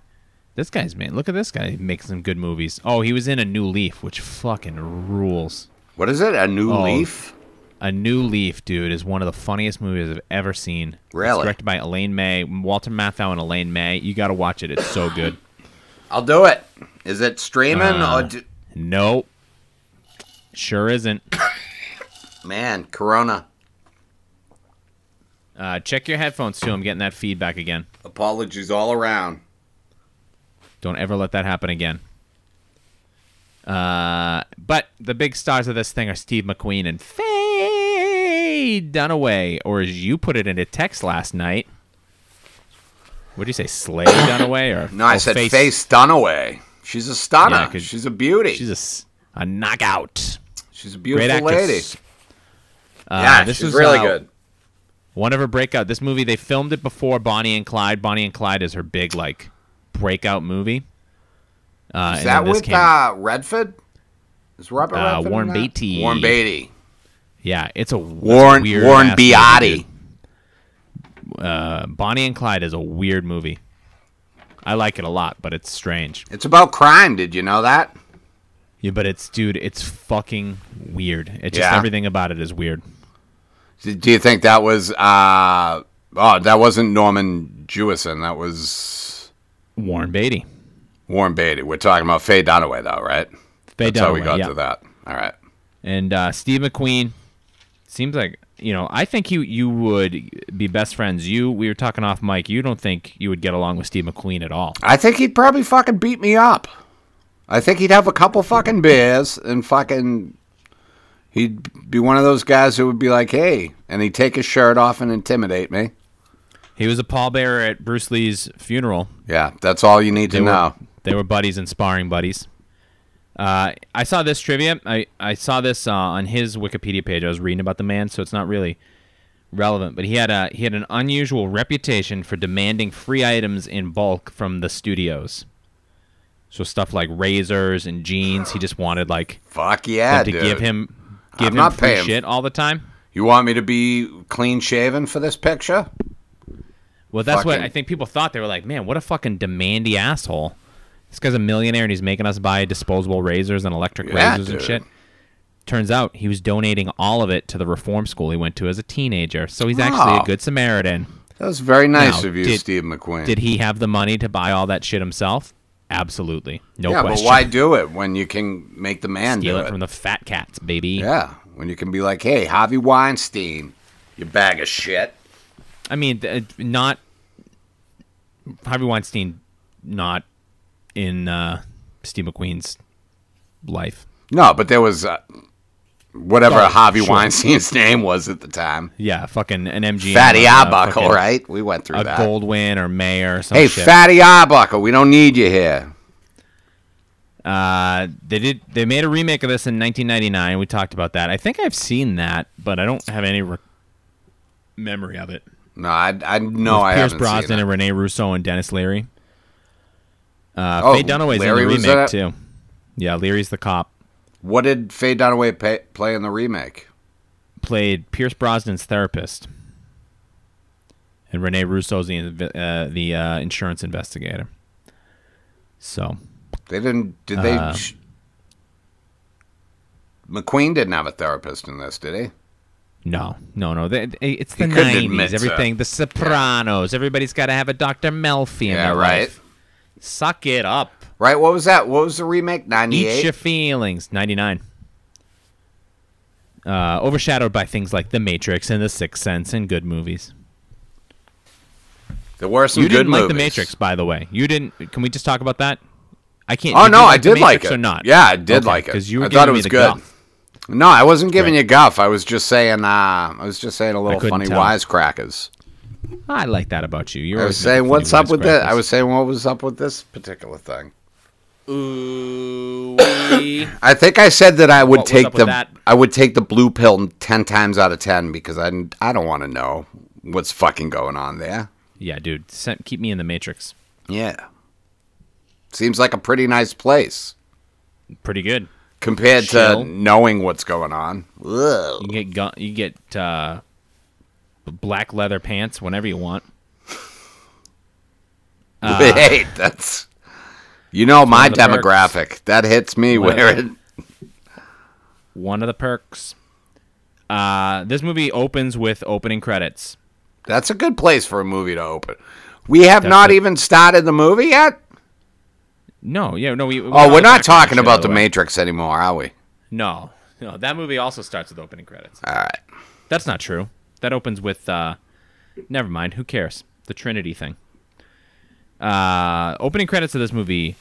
B: This guy's man. Look at this guy. He makes some good movies. Oh, he was in A New Leaf, which fucking rules.
A: What is it? A New
B: Oh.
A: Leaf?
B: A New Leaf, dude, is one of the funniest movies I've ever seen.
A: Really?
B: It's directed by Elaine May, Walter Matthau, and Elaine May. You got to watch it. It's so good.
A: I'll do it. Is it streaming
B: Uh,
A: or? Do,
B: nope. Sure isn't.
A: man, Corona.
B: Uh, check your headphones too. I'm getting that feedback again.
A: Apologies all around.
B: Don't ever let that happen again. Uh, but the big stars of this thing are Steve McQueen and Faye Faye Dunaway, or as you put it in a text last night, what do you say, Slay Dunaway? Or
A: No, I
B: or
A: said
B: Faye-
A: face. Dunaway. She's a stunner.
B: Yeah, 'cause
A: she's a beauty.
B: She's
A: She's
B: a, s- a knockout.
A: a,
B: Great
A: beautiful lady.
B: actress. Uh,
A: yeah,
B: this
A: she's
B: was,
A: really
B: uh,
A: good.
B: One of her breakout. This movie they filmed it before Bonnie and Clyde. Bonnie and Clyde is her big like breakout movie. Uh,
A: Is
B: and then
A: that
B: this
A: with
B: came-
A: uh, Redford? Is Robert
B: Uh,
A: Redford? in
B: Warren
A: that?
B: Beatty.
A: Warren Beatty.
B: yeah, it's a it's a
A: Warren
B: weird
A: Warren
B: ass movie,
A: Beatty.
B: dude. Uh, Bonnie and Clyde is a weird movie. I like it a lot, but it's strange.
A: It's about crime. Did you know that?
B: Yeah, but it's dude, it's fucking weird. It's just
A: Yeah.
B: everything about it is weird.
A: D- Do you think that was? Uh, oh, that wasn't Norman Jewison. That was
B: Warren Beatty.
A: Warren Beatty. We're talking about Faye Dunaway, though, right?
B: Faye
A: That's how we
B: Dunaway,
A: got
B: yeah.
A: to that. All right.
B: and uh, Steve McQueen seems like you know. I think you you would be best friends. You we were talking off mic. You don't think you would get along with Steve McQueen at all.
A: I think he'd probably fucking beat me up. I think he'd have a couple fucking beers and fucking. He'd be one of those guys who would be like, "Hey," and he'd take his shirt off and intimidate me.
B: He was a pallbearer at Bruce Lee's funeral.
A: Yeah, that's all you need to
B: They were-
A: know.
B: They were buddies and sparring buddies. Uh, I saw this trivia. I, I saw this uh, on his Wikipedia page. I was reading about the man, so it's not really relevant. But he had a he had an unusual reputation for demanding free items in bulk from the studios. So stuff like razors and jeans, he just wanted like
A: Fuck yeah,
B: to
A: dude.
B: give him give him
A: not
B: free
A: paying.
B: shit all the time.
A: You want me to be clean shaven for this picture?
B: Well, that's what
A: Fucking-
B: I think people thought. They were like, "Man, what a fucking demandy asshole! This guy's a millionaire and he's making us buy disposable razors and electric
A: Yeah,
B: razors and
A: dude.
B: shit." Turns out he was donating all of it to the reform school he went to as a teenager, so he's actually
A: Oh.
B: a good Samaritan.
A: That was very nice
B: Now,
A: of you,
B: did-
A: Steve McQueen.
B: Did he have the money to buy all that shit himself? Absolutely, no
A: yeah,
B: question.
A: but why do it when you can make the man
B: steal
A: do
B: it
A: it?
B: from the fat cats, baby?
A: yeah, when you can be like, "Hey, Harvey Weinstein, you bag of shit."
B: I mean, th- uh, not Harvey Weinstein, not in uh, Steve McQueen's life.
A: No, but there was uh, whatever
B: Oh,
A: Harvey
B: sure.
A: Weinstein's name was at the time.
B: Yeah, fucking an MGM.
A: Fatty
B: or, uh,
A: Arbuckle,
B: fucking
A: right? We went through
B: A
A: that.
B: Goldwyn or Mayer or some
A: hey,
B: shit.
A: Fatty Arbuckle, we don't need you here.
B: uh, they did. They made a remake of this in 1999. We talked about that. I think I've seen that, but I don't have any re- memory of it.
A: No, I, I know
B: With
A: I
B: Pierce
A: haven't
B: Brosnan
A: seen it.
B: and Renee Russo and Dennis Leary. Uh,
A: Oh,
B: Faye Dunaway's
A: Leary
B: in the
A: was in
B: remake
A: it?
B: too. Yeah, Leary's the cop.
A: What did Faye Dunaway pay, play in the remake?
B: played Pierce Brosnan's therapist, and Rene Russo's the inv- uh, the uh, insurance investigator. So
A: They didn't. Did they?
B: Uh,
A: sh- McQueen didn't have a therapist in this, did he?
B: no, no, no. They, they- it's the
A: He couldn't admit
B: nineties.
A: so.
B: Everything. The Sopranos. Everybody's got to have a Dr. Melfi in
A: Yeah,
B: their
A: right.
B: life. Suck it up.
A: Right. What was that? What was the remake?
B: Eat your
A: Ninety-eight.
B: feelings. Ninety nine. Uh, overshadowed by things like The Matrix and The Sixth Sense and good movies.
A: There were some
B: you
A: good
B: didn't like The
A: movies.
B: Matrix, by the way. You didn't. Can we just talk about that? I can't.
A: Oh
B: you
A: no, I
B: The
A: did like
B: Matrix
A: it.
B: Or not?
A: Yeah, I did like it.
B: Because you were
A: I thought
B: giving
A: it
B: me
A: was
B: the
A: good.
B: guff.
A: No, I wasn't giving you guff. I was just saying. Uh, I was just saying a little
B: couldn't
A: funny
B: tell.
A: wisecrackers.
B: I like that about you. You're
A: I was
B: always
A: saying,
B: making
A: what's
B: funny
A: up with this?
B: wisecrackers.
A: I was saying, what was up with this particular thing?
B: Ooh.
A: I think I said that I would
B: What was
A: take
B: up with
A: the
B: that?
A: I would take the blue pill ten times out of ten because I didn't- I don't want to know what's fucking going on there.
B: yeah, dude. se- Keep me in the Matrix.
A: Yeah, seems like a pretty nice place
B: Pretty good.
A: compared
B: Chill.
A: to knowing what's going on. Ugh.
B: You can get gun- you get uh, b- black leather pants whenever you want.
A: Wait, that's you know my
B: Uh, of the perks.
A: demographic. That hits me
B: One of
A: where it.
B: the- One of the perks. Uh, this movie opens with opening credits.
A: That's a good place for a movie to open. We have not
B: what-
A: even started the movie yet.
B: No, yeah, no. We, we
A: Oh, we're not
B: got back to that
A: talking
B: shit, by
A: about the
B: way.
A: Matrix anymore, are we?
B: No, no, that movie also starts with opening credits.
A: All right.
B: That's not true. That opens with uh never mind, who cares? The Trinity thing. Uh opening credits of this movie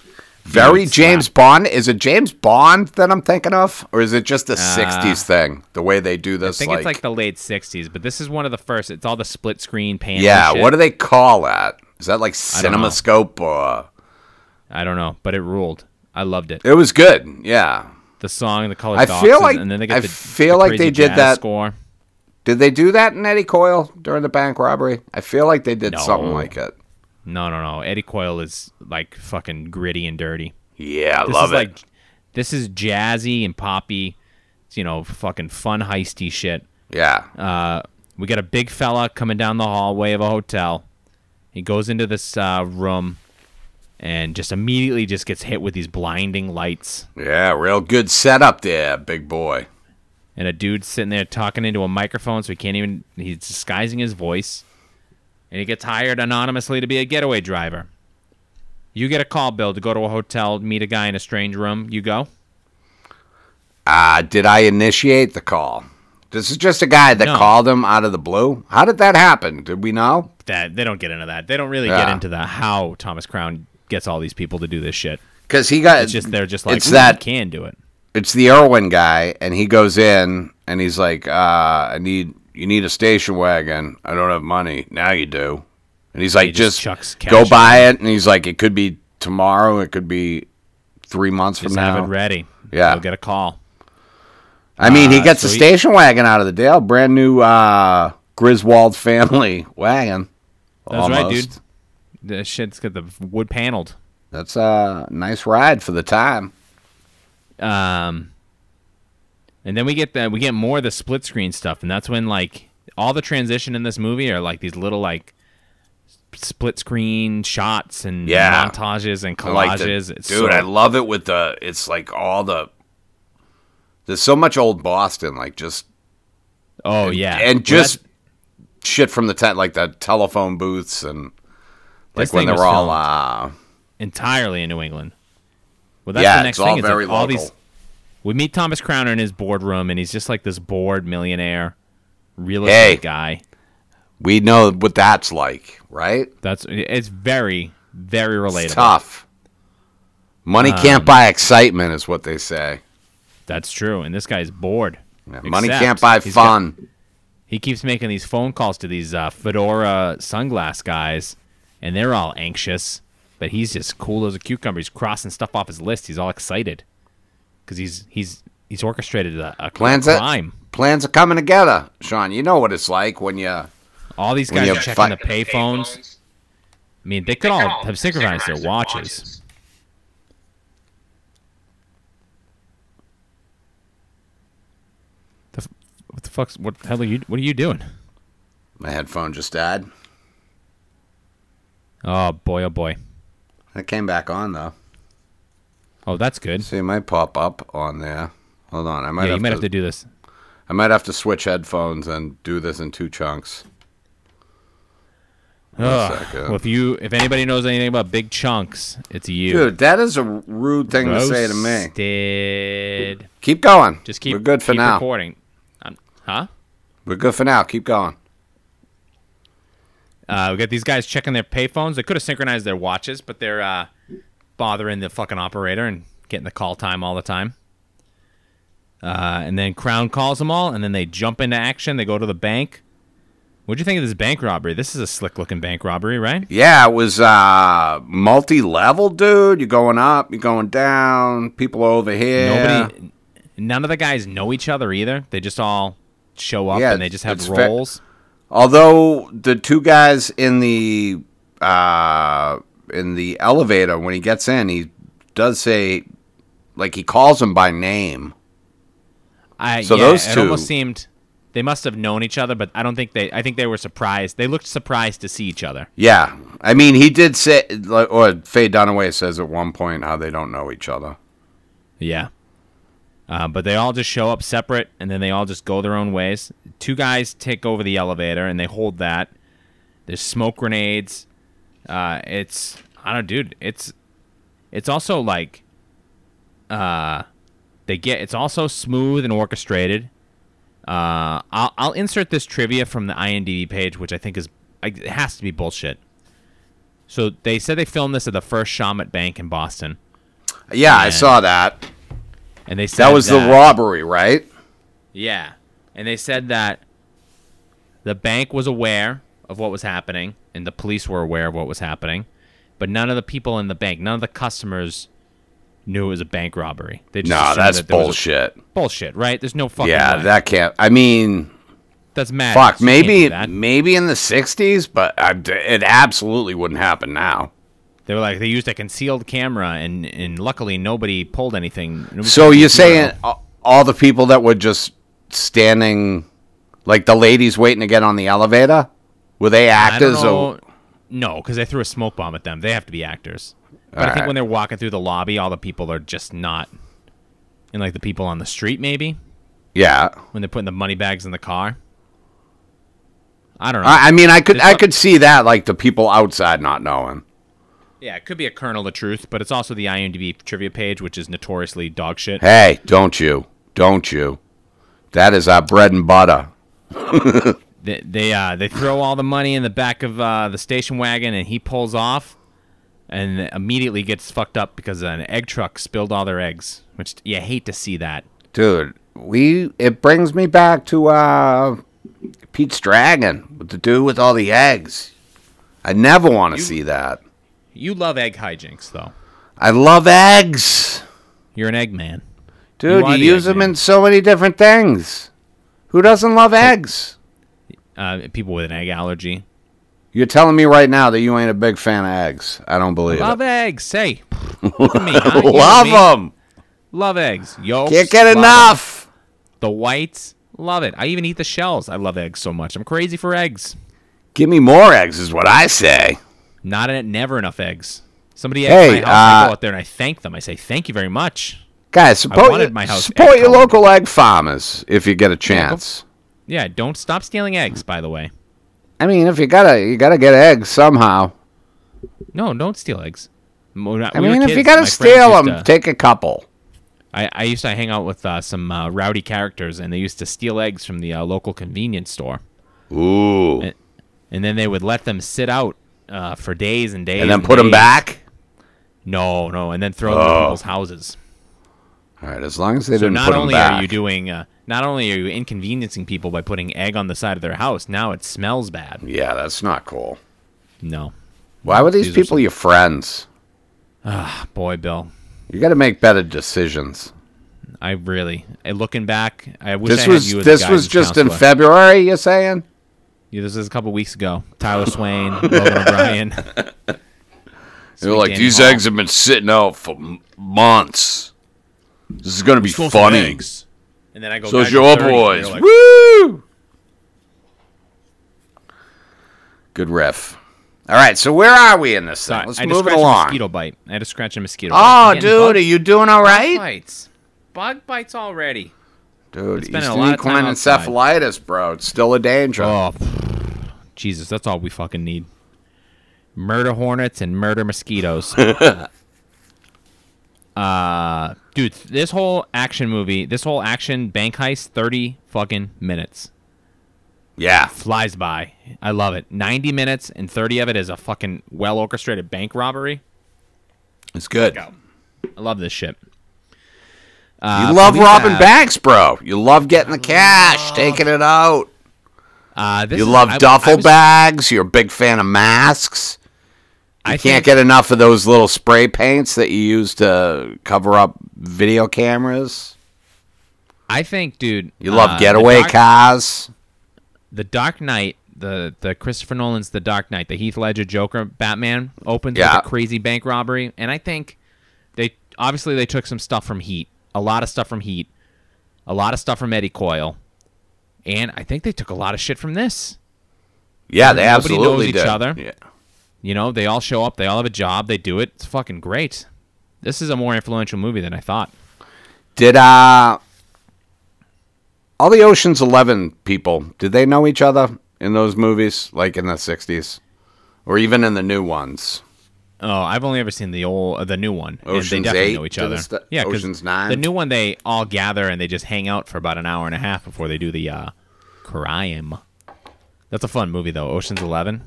A: Very
B: it's
A: James Bond. Is it James Bond that I'm thinking of, or is it just a '60s thing? The way they do
B: Uh, I
A: this,
B: think
A: like,
B: it's like the late '60s, but this is one of the first. It's all the split screen pan.
A: yeah,
B: shit.
A: what do they call that? Is that like
B: don't know.
A: CinemaScope? Or
B: I don't know, but it ruled. I loved it.
A: it was good. Yeah.
B: The song, the color.
A: I
B: docs,
A: feel
B: and-
A: like-
B: and then they got
A: I
B: the,
A: feel
B: the
A: like
B: crazy
A: they did
B: jazz
A: that-
B: score.
A: Did they do that in Eddie Coyle during the bank robbery? I feel like they did
B: No.
A: something like it.
B: No, no, no. Eddie Coyle is like fucking gritty and dirty.
A: Yeah, I
B: This
A: love
B: is
A: it.
B: like this is jazzy and poppy. It's, you know, fucking fun heisty shit.
A: yeah.
B: Uh, we got a big fella coming down the hallway of a hotel. He goes into this uh, room and just immediately just gets hit with these blinding lights.
A: yeah, real good setup there, big boy.
B: And a dude's sitting there talking into a microphone, so he can't even. He's disguising his voice. And he gets hired anonymously to be a getaway driver. You get a call, Bill, to go to a hotel, meet a guy in a strange room. You go.
A: Uh, did I initiate the call? This is just a guy that
B: No.
A: called him out of the blue. How did that happen? Did we know?
B: That they don't get into that. They don't really get
A: Yeah.
B: into the how Thomas Crown gets all these people to do this shit.
A: Because he got
B: It's just they're just like
A: it's
B: "Ooh,
A: that
B: we can do it.
A: it's the Irwin guy, and he goes in and he's like, uh, "I need you need a station wagon. I don't have money. Now you do." And he's like,
B: he just
A: "Just,
B: chucks
A: go
B: cash
A: buy it." And he's like, "It could be tomorrow. It could be three months from
B: Just
A: now."
B: have it ready.
A: Yeah.
B: You'll get a call.
A: I mean, he
B: Uh,
A: gets
B: so
A: a
B: he-
A: station wagon out of the deal, brand new uh, Griswold family wagon.
B: That's right,
A: Almost.
B: dude. The shit's got the wood paneled.
A: That's a nice ride for the time.
B: Um, and then we get the we get more of the split screen stuff, and that's when like all the transition in this movie are like these little like split screen shots and
A: Yeah.
B: montages and
A: I like the-
B: collages.
A: dude,
B: it's so-
A: I love it with the. It's like all the. There's so much old Boston, like just
B: oh yeah,
A: and
B: Well,
A: just
B: that-
A: shit from the tent, like the telephone booths and
B: this
A: like when
B: thing
A: they're
B: was
A: all.
B: filmed
A: Uh,
B: entirely in New England. Well, that's
A: Yeah,
B: the
A: it's
B: next
A: all
B: thing. It's
A: very
B: like all these.
A: local.
B: We meet Thomas Crowner in his boardroom, and he's just like this bored millionaire, real
A: Hey.
B: estate guy.
A: we know what that's like, right?
B: That's it's very very relatable. Um,
A: It's tough. Money can't buy excitement, is what they say.
B: That's true. And this guy's bored.
A: Yeah, money
B: Except
A: can't buy
B: he's got-
A: fun.
B: he keeps making these phone calls to these uh, fedora sunglass guys, and they're all anxious. But he's just cool as a cucumber. He's crossing stuff off his list. He's all excited because he's he's he's orchestrated a, a
A: plans are,
B: crime.
A: plans are coming together, Sean. You know what it's like when you.
B: All these
A: When
B: guys
A: you
B: are checking
A: fi-
B: the payphones. I mean, they could all have synchronized their watches. The, f- what the fuck's what the hell are you? What are you doing?
A: My headphone just died.
B: Oh boy! Oh boy!
A: It came back on though.
B: Oh, that's good.
A: See, it might pop up on there. Hold on, I might,
B: Yeah,
A: have,
B: you might
A: to,
B: have to do this.
A: I might have to switch headphones and do this in two chunks.
B: Ugh.
A: second.
B: Well, if you if anybody knows anything about big chunks, it's you.
A: Dude, that is a rude thing to say to me.
B: Roasted.
A: Keep going.
B: Just keep.
A: We're good for
B: keep
A: now.
B: Recording. Um, huh?
A: We're good for now. Keep going.
B: Uh, we got these guys checking their payphones. They could have synchronized their watches, but they're uh, bothering the fucking operator and getting the call time all the time. Uh, and then Crown calls them all, and then they jump into action. They go to the bank. What'd you think of this bank robbery? This is a slick looking bank robbery, right?
A: Yeah, it was uh, multi-level, dude. You're going up, you're going down. People are over here.
B: Nobody, none of the guys know each other either. They just all show up
A: Yeah,
B: and they just have
A: it's ve-
B: roles.
A: Although the two guys in the uh, in the elevator, when he gets in, he does say, like he calls him by name.
B: I,
A: So
B: yeah,
A: those
B: it
A: two-
B: almost seemed they must have known each other, but I don't think they. I think they were surprised. They looked surprised to see each other.
A: Yeah, I mean, he did say, like, or Faye Dunaway says at one point how they don't know each other.
B: Yeah. Uh, but they all just show up separate, and then they all just go their own ways. Two guys take over the elevator, and they hold that. There's smoke grenades. Uh, it's I don't, dude. It's it's also like, uh, they get it's also smooth and orchestrated. Uh, I'll I'll insert this trivia from the IMDb page, which I think is I- it has to be bullshit. So they said they filmed this at the first Shamet Bank in Boston.
A: Yeah, I saw that.
B: and they said
A: That was the
B: that-
A: robbery, right?
B: Yeah. And they said that the bank was aware of what was happening and the police were aware of what was happening, but none of the people in the bank, none of the customers knew it was a bank robbery. They just
A: No,
B: assumed
A: that's
B: that there was a-
A: bullshit.
B: bullshit, right? There's no fucking
A: Yeah,
B: way.
A: that can't. I mean,
B: that's mad.
A: fuck.
B: You can't
A: Maybe
B: do that.
A: maybe in the '60s, but I, it absolutely wouldn't happen now.
B: they were like they used a concealed camera and and luckily nobody pulled anything. Nobody
A: So
B: pulled
A: you're
B: a zero.
A: saying a- all the people that were just standing, like the ladies waiting to get on the elevator, were they
B: I don't
A: actors?
B: know.
A: Or,
B: No, because they threw a smoke bomb at them. They have to be actors. But I think
A: Alright.
B: when they're walking through the lobby, all the people are just not. And like the people on the street, maybe
A: yeah,
B: when they're putting the money bags in the car. I don't know.
A: I, I mean, I could
B: There's
A: I
B: no-
A: could see that, like the people outside not knowing.
B: yeah, it could be a kernel of truth, but it's also the IMDb trivia page, which is notoriously dog shit.
A: Hey, don't you? Don't you? That is our bread and butter.
B: They they, uh, they throw all the money in the back of uh, the station wagon, and he pulls off, and immediately gets fucked up because an egg truck spilled all their eggs, which you hate to see that.
A: dude we it brings me back to uh pete's dragon with the dude with all the eggs i never want to see that
B: You love egg hijinks, though.
A: i love eggs
B: You're an egg man.
A: dude
B: You
A: you,
B: are the
A: use
B: egg
A: them
B: man.
A: in so many different things who doesn't love eggs
B: Uh, people with an egg allergy
A: you're telling me right now that you ain't a big fan of eggs i don't believe
B: love
A: it
B: eggs. Say, look at me. huh? You know
A: love
B: me.
A: them
B: Love eggs. Yo,
A: can't get
B: love 'em.
A: enough
B: The whites love it. I even eat the shells. I love eggs so much. I'm crazy for eggs.
A: give me more eggs is what i say
B: Not en- never enough eggs. Somebody eggs
A: Hey,
B: my house. I
A: uh,
B: go out there and I thank them. I say thank you very much.
A: guys support,
B: wanted my house
A: support your
B: egg-colored.
A: local egg farmers if you get a chance
B: Yeah, don't stop stealing eggs. By the way,
A: I mean, if you gotta, you gotta get eggs somehow.
B: no, don't steal eggs. M- when
A: I
B: we were
A: mean, if
B: kids,
A: you gotta
B: my friends
A: steal
B: used
A: them,
B: to-
A: take a couple.
B: I, I used to hang out with uh, some uh, rowdy characters, and they used to steal eggs from the uh, local convenience store,
A: Ooh,
B: and, and then they would let them sit out uh, for days and days,
A: and then put them
B: days.
A: back.
B: No, no, and then throw them in people's houses.
A: All right, as long as they
B: So
A: didn't
B: not
A: put them
B: only
A: back.
B: are you doing, uh, not only are you inconveniencing people by putting egg on the side of their house, now it smells bad.
A: yeah, that's not cool.
B: No,
A: Why were these,
B: These are
A: people your friends?
B: boy, Bill,
A: You gotta make better decisions.
B: I really, uh, looking back, I wish
A: this
B: I
A: was
B: had you as a
A: this was
B: guidance
A: just in
B: counselor.
A: February. You're saying?
B: Yeah, this is a couple weeks ago. Tyler Swain, Logan O'Brien.
A: They're
B: Sweet
A: like
B: Danny
A: these
B: Hall."
A: eggs have been sitting out for m- months. This is gonna be
B: Stole some
A: funny.
B: eggs. And then I go.
A: So
B: back
A: it's
B: to
A: your
B: 30, and
A: boys.
B: they're like,
A: Woo! Good riff. All right, so where are we in this thing?
B: "Sorry,
A: Let's
B: I had to
A: move it
B: scratch a
A: along.
B: Mosquito bite. I had to scratch a mosquito.
A: Oh,
B: bite. I'm getting
A: dude,
B: bug
A: are you doing all right?
B: bites. Bug bites already.
A: Dude,
B: spending a
A: Eastern
B: lot of time
A: equine
B: outside.
A: encephalitis, bro. It's still a danger.
B: Oh, Jesus, that's all we fucking need. Murder hornets and murder mosquitoes. uh, dude, this whole action movie, this whole action bank heist, thirty fucking minutes
A: Yeah.
B: flies by. I love it. Ninety minutes and thirty of it is a fucking well orchestrated bank robbery.
A: It's good.
B: I love this shit.
A: you love
B: police
A: robbing
B: Uh, have-
A: banks, bro. You love getting the cash, taking it out.
B: Uh, this
A: You
B: is-
A: love
B: I-
A: duffel
B: I was-
A: bags. You're a big fan of masks.
B: I
A: Can't
B: think-
A: get enough of those little spray paints that you use to cover up video cameras.
B: I think, dude.
A: You love
B: uh,
A: getaway
B: the Dark,
A: cars.
B: The Dark Knight, the the Christopher Nolan's The Dark Knight, the Heath Ledger Joker Batman opens
A: Yeah.
B: with a crazy bank robbery, and I think they obviously they took some stuff from Heat, a lot of stuff from Heat, a lot of stuff from Eddie Coyle, and I think they took a lot of shit from this.
A: Yeah, they
B: Nobody knows
A: absolutely
B: each
A: do.
B: other.
A: Yeah.
B: You know, they all show up, they all have a job, they do it. It's fucking great. This is a more influential movie than I thought.
A: Did uh all the Ocean's Eleven people? Did they know each other in those movies, like in the '60s, or even in the new ones?
B: Oh, I've only ever seen the old, uh, the new one. and
A: Ocean's
B: they definitely
A: Eight
B: know each
A: to the
B: other.
A: st-
B: yeah, 'cause
A: Ocean's Nine.
B: The new one, they all gather and they just hang out for about an hour and a half before they do the uh, crime. That's a fun movie though. Ocean's Eleven.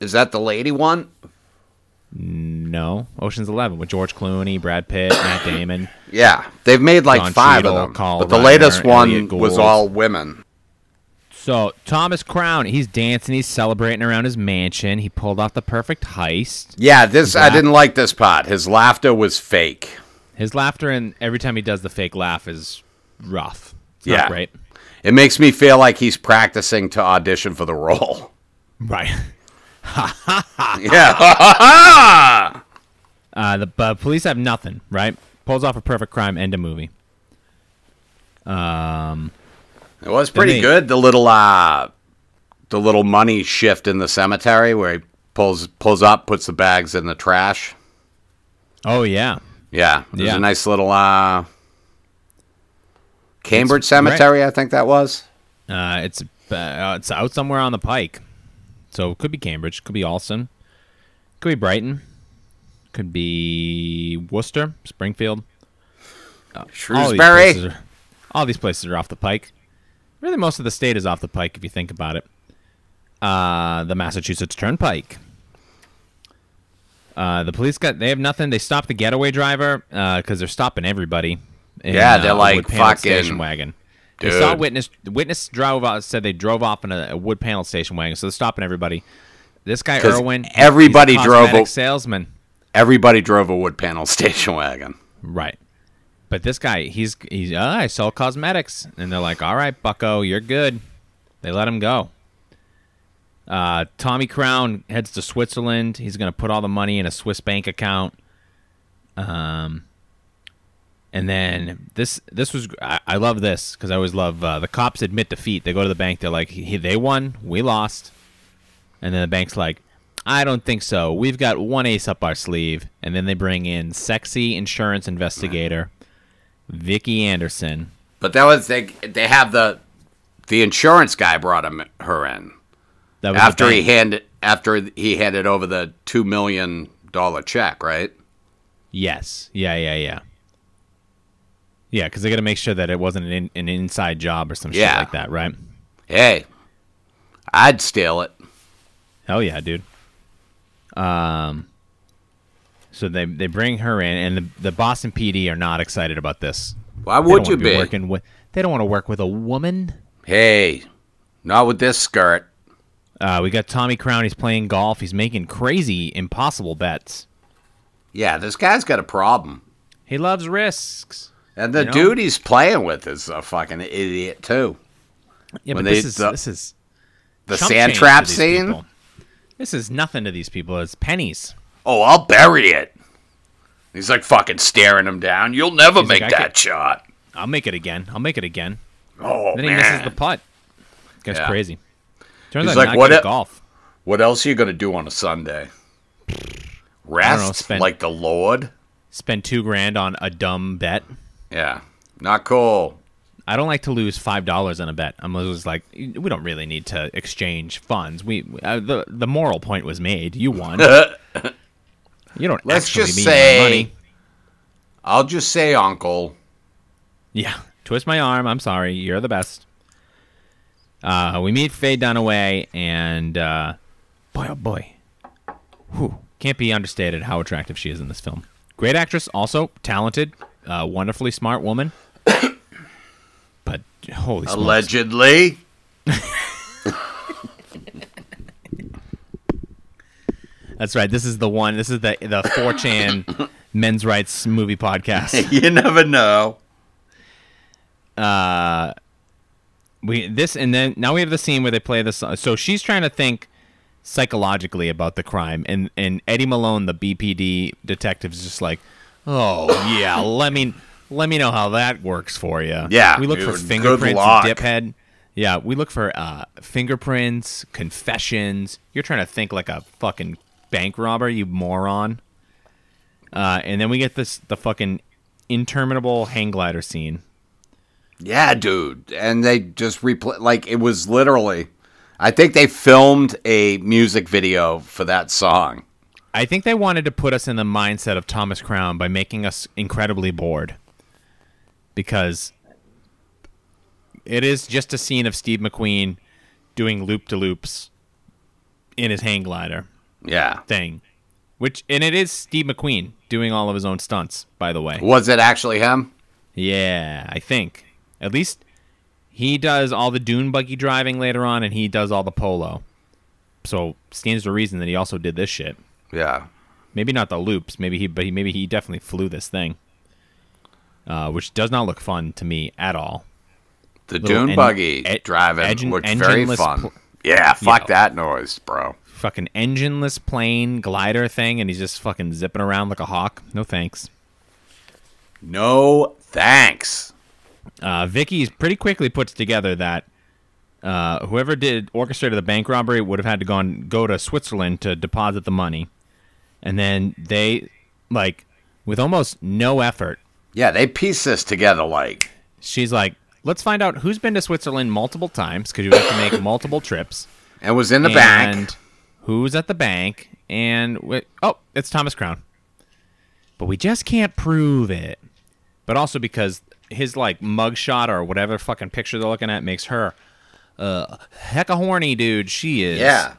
A: Is that the lady one?
B: No, Ocean's Eleven with George Clooney, Brad Pitt, Matt Damon.
A: Yeah, they've made like
B: Don
A: five
B: Cheadle,
A: of them,
B: Carl
A: but the
B: Reiner,
A: latest one
B: Elliot Gould.
A: was all women.
B: So Thomas Crown, he's dancing, he's celebrating around his mansion. He pulled off the perfect heist.
A: Yeah, this I didn't like this part. His laughter was fake.
B: His laughter and every time he does the fake laugh is rough. It's
A: Yeah.
B: not great.
A: It makes me feel like he's practicing to audition for the role.
B: Right.
A: Yeah,
B: Uh, the but police have nothing, right? Pulls off a perfect crime, end of movie.
A: it was pretty
B: they-
A: good. The little uh, the little money shift in the cemetery where he pulls pulls up, puts the bags in the trash.
B: Oh yeah.
A: Yeah, there's
B: Yeah.
A: a nice little uh, Cambridge Cemetery, I think that was.
B: Uh, it's uh, it's out somewhere on the pike. So it could be Cambridge, could be Alston, could be Brighton, could be Worcester, Springfield. All these places
A: Shrewsbury.
B: are- all these places are off the pike. Really, most of the state is off the pike if you think about it. Uh, the Massachusetts Turnpike. Uh, the police got they have nothing. They stopped the getaway driver because they're stopping everybody. in,
A: Yeah, they're
B: uh,
A: like,
B: wood paneled station
A: "Fucking-
B: wagon. They saw
A: dude.
B: witness the witness drove out, said they drove off in a, a wood panel station wagon, so they're stopping everybody. This guy
A: 'Cause
B: Irwin, he's a
A: everybody drove
B: cosmetic
A: a-
B: salesman.
A: Everybody drove a wood panel station wagon.
B: Right. But this guy, he's he's uh, I sell cosmetics, and they're like, all right, Bucko, you're good. They let him go. Uh, Tommy Crown heads to Switzerland. He's gonna put all the money in a Swiss bank account. Um, and then this this was I, I love this because I always love uh, the cops admit defeat. They go to the bank. They're like, he, they won, we lost, and then the bank's like, I don't think so. We've got one ace up our sleeve. And then they bring in sexy insurance investigator Vicky Anderson.
A: But that was they. They have the the insurance guy brought him her in
B: That was the
A: after he
B: bank.
A: handed after he handed over the two million dollar check, right?
B: Yes. Yeah. Yeah. Yeah. Yeah, because they got to make sure that it wasn't an, in, an inside job or some shit
A: Yeah.
B: like that, right?
A: Hey, I'd steal it.
B: Hell yeah, dude. Um, so they they bring her in, and the the Boston PD are not excited about this.
A: Why
B: They don't
A: would
B: wanna
A: you
B: be
A: be?
B: working with? They don't want to work with a woman.
A: Hey, not with this skirt.
B: Uh, we got Tommy Crown. He's playing golf. He's making crazy, impossible bets.
A: Yeah, this guy's got a problem.
B: He loves risks.
A: And the
B: know?
A: dude he's playing with is a fucking idiot too.
B: Yeah,
A: When
B: but
A: they-
B: this is
A: the-
B: this is
A: The
B: chump
A: sand
B: change
A: trap
B: to these
A: scene.
B: people. This is nothing to these people. It's pennies.
A: Oh, I'll bury it. He's like fucking staring him down. You'll never
B: He's like,
A: make
B: "I
A: that
B: could-
A: shot.
B: I'll make it again. I'll make it again.
A: Oh
B: Then he
A: man.
B: misses the putt. That's
A: Yeah.
B: crazy. Turns
A: He's
B: out
A: like,
B: not
A: "What
B: good at
A: if-
B: golf.
A: What else are you gonna do on a Sunday? Rest
B: spend-
A: like the Lord.
B: Spend two grand on a dumb bet.
A: Yeah, not cool.
B: I don't like to lose five dollars on a bet. I'm always like, we don't really need to exchange funds. We uh, the the moral point was made. You won. you don't
A: Let's
B: actually
A: just
B: need
A: say-
B: my money.
A: I'll just say, Uncle.
B: Yeah. Twist my arm. I'm sorry. You're the best. Uh, we meet Faye Dunaway, and uh, boy, oh boy. Whew. Can't be understated how attractive she is in this film. Great actress, also talented, uh, wonderfully smart woman. but holy smokes.
A: Allegedly.
B: That's right. This is the one. This is the, the 4chan men's rights movie podcast.
A: You never know.
B: we this and then now we have the scene where they play this so she's trying to think psychologically about the crime and and eddie malone the bpd detective is just like oh yeah let me let me know how that works for you
A: Yeah,
B: we look for
A: dude, good
B: fingerprints
A: luck.
B: diphead yeah we look for uh fingerprints confessions you're trying to think like a fucking bank robber you moron uh and then we get this the fucking interminable hang glider scene
A: Yeah, dude. And they just replay like it was literally. I think they filmed a music video for that song.
B: I think they wanted to put us in the mindset of Thomas Crown by making us incredibly bored. Because it is just a scene of Steve McQueen doing loop de loops in his hang glider
A: Yeah,
B: thing, Which and it is Steve McQueen doing all of his own stunts, by the way.
A: Was it actually him?
B: Yeah, I think. At least he does all the dune buggy driving later on and he does all the polo. So stands to reason that he also did this shit.
A: Yeah.
B: Maybe not the loops, maybe he but he maybe he definitely flew this thing. Uh, which does not look fun to me at all.
A: The
B: Little
A: dune
B: en-
A: buggy
B: e-
A: driving
B: engine-
A: looked very
B: engineless
A: fun.
B: pl-
A: yeah, fuck
B: Yeah.
A: that noise, bro.
B: Fucking engineless plane glider thing and he's just fucking zipping around like a hawk. No thanks.
A: No thanks.
B: uh, Vicky pretty quickly puts together that uh, whoever did orchestrated the bank robbery would have had to go on, go to Switzerland to deposit the money, and then they like with almost no effort,
A: Yeah, they piece this together like
B: she's like, "Let's find out who's been to Switzerland multiple times because you have to make multiple trips."
A: and was in the
B: and
A: bank.
B: who's at the bank and wi- oh it's thomas crown but we just can't prove it but also because his like mugshot or whatever fucking picture they're looking at makes her uh heck a horny dude she is
A: Yeah.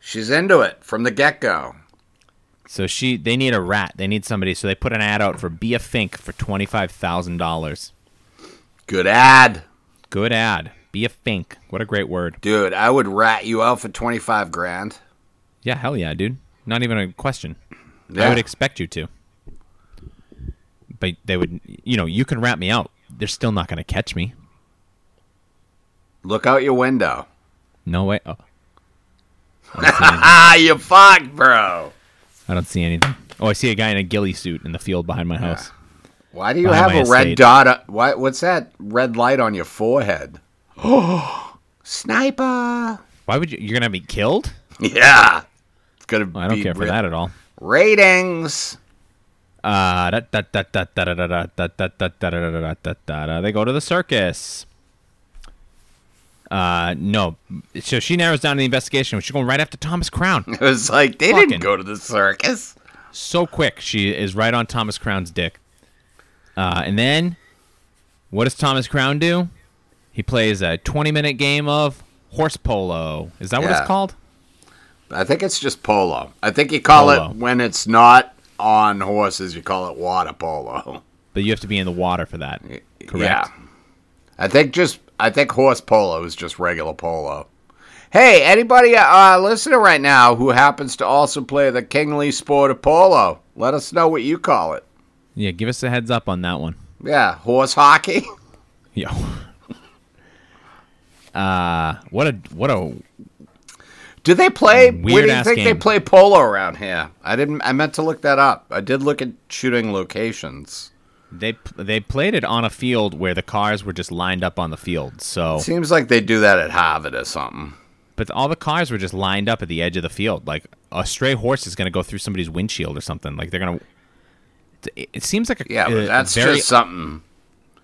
A: She's into it from the get go.
B: so she they need a rat they need somebody so they put an ad out for be a fink for $25000
A: Good ad.
B: good ad be a fink what a great word
A: Dude, I would rat you out for 25 grand.
B: yeah hell yeah dude not even a question I
A: Yeah.
B: would expect you to. But they would, you know, you can rat me out. They're still not going to catch me.
A: Look out your window.
B: No way. Oh,
A: Ah, you fucked, bro.
B: I don't see anything. Oh, I see a guy in a ghillie suit in the field behind my house.
A: Why do you
B: Behind
A: have a
B: my
A: red
B: estate.
A: dot? o- Why, what's that red light on your forehead? Oh, sniper.
B: Why would you? You're going to be killed?
A: Yeah. It's going to
B: I don't
A: be
B: care for
A: ra-
B: that at all.
A: Ratings.
B: Uh, da- da- da- da- da- da- da- da- da- da- da- da- da- da- da- da- da- da- da. They go to the circus. Uh, no. So she narrows down the investigation. She's going right after Thomas Crown.
A: It was like, they
B: Fucking-
A: didn't go to the circus.
B: so quick. She is right on Thomas Crown's dick. Uh, and then, what does Thomas Crown do? He plays a 20 minute game of horse polo. Is that what
A: Yeah.
B: it's called?
A: I think it's just polo. I think you call
B: Polo.
A: it when it's not on horses, you call it water polo.
B: But you have to be in the water for that. Correct.
A: Yeah. I think just I think horse polo is just regular polo. Hey, anybody uh, listening right now who happens to also play the kingly sport of polo, let us know what you call it.
B: Yeah, give us a heads up on that one.
A: Yeah, horse hockey.
B: Yo. Uh, what a what a
A: Do they play? where do you
B: Weird-ass
A: think they
B: game.
A: play polo around here? I didn't. I meant to look that up. I did look at shooting locations.
B: they they played it on a field where the cars were just lined up on the field. So
A: Seems like they do that at Harvard or something.
B: But all the cars were just lined up at the edge of the field. Like a stray horse is going to go through somebody's windshield or something. Like they're going to. It seems like a
A: Yeah,
B: a-
A: but
B: a
A: that's
B: very-
A: just something.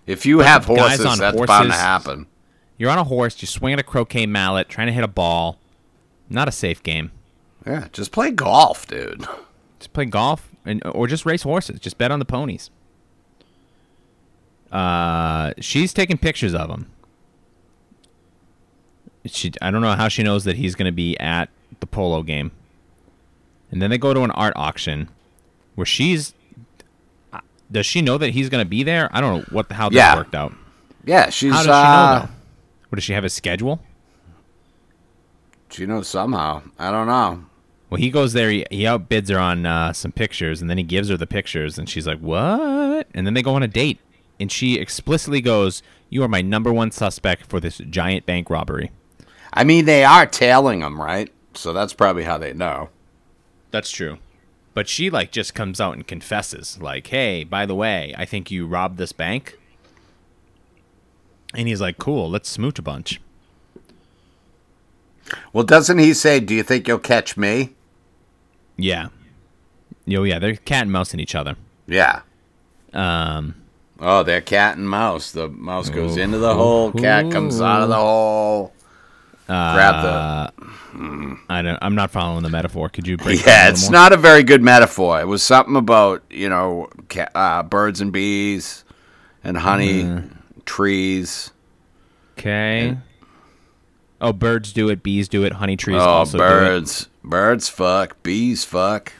A: If you have
B: guys
A: horses,
B: on
A: that's bound to
B: horses-
A: happen.
B: you're on a horse, you're swinging a croquet mallet, trying to hit a ball. Not a safe game.
A: Yeah, just play golf, dude.
B: Just play golf and or just race horses. Just bet on the ponies. Uh, she's taking pictures of him. She, I don't know how she knows that he's going to be at the polo game. And then they go to an art auction, where she's. uh, Does she know that he's going to be there? I don't know what how this
A: Yeah.
B: worked out.
A: Yeah, she's.
B: How does
A: uh,
B: she know though? What does she have his schedule?
A: She knows somehow. I don't know.
B: Well, he goes there. He, he outbids her on uh, some pictures, and then he gives her the pictures, and she's like, "What?" And then they go on a date, and she explicitly goes, "You are my number one suspect for this giant bank robbery."
A: I mean, they are tailing him, right? So that's probably how they know.
B: That's true. But she like just comes out and confesses, like, "Hey, by the way, I think you robbed this bank." And he's like, "Cool, let's smooch a bunch."
A: Well, doesn't he say, "Do you think you'll catch me?"
B: Yeah. Yo, yeah, they're cat and mousing each other.
A: Yeah.
B: Um, Oh,
A: Oh, they're cat and mouse. The mouse goes into the hole. Cat comes out of the hole. Grab
B: Uh,
A: the.
B: I don't. I'm not following the metaphor. Could you break? it down a
A: Yeah,
B: little
A: it's
B: more?
A: not a very good metaphor. It was something about you know ca- uh, birds and bees, and honey, trees.
B: Okay. Oh, birds do it. Bees do it. Honey trees
A: Oh,
B: also do it.
A: birds. Birds fuck, bees fuck.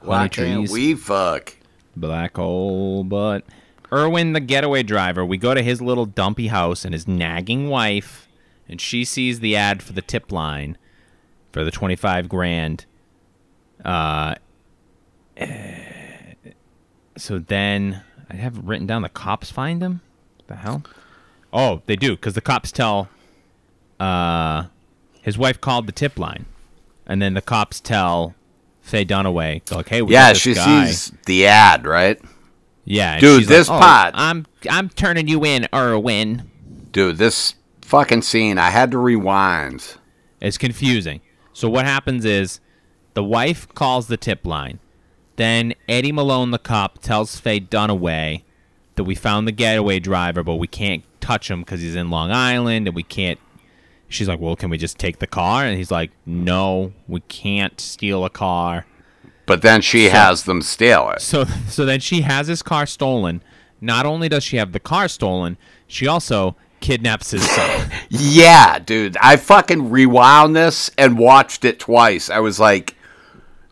A: Why
B: Honey
A: can't
B: trees.
A: we fuck?
B: Black hole butt. Erwin, the getaway driver, we go to his little dumpy house and his nagging wife, and she sees the ad for the tip line for the 25 grand. Uh, so then I have written down the cops find him. The hell? Oh, they do, because the cops tell uh, his wife called the tip line, and then the cops tell Faye Dunaway, like, hey, we got
A: Yeah,
B: this
A: she
B: guy.
A: sees the ad, right?
B: Yeah, and
A: Dude,
B: she's
A: this
B: like, "Oh,
A: pot-
B: I'm I'm turning you in, Erwin.
A: Dude, this fucking scene, I had to rewind.
B: It's confusing. So what happens is, the wife calls the tip line. Then Eddie Malone, the cop, tells Faye Dunaway that we found the getaway driver, but we can't touch him because he's in Long Island, and we can't. She's like, "Well, can we just take the car?" And he's like, "No, we can't steal a car."
A: But then she has them steal it.
B: So so then she has his car stolen. Not only does she have the car stolen, she also kidnaps his son.
A: Yeah, dude. I fucking rewound this and watched it twice. I was like,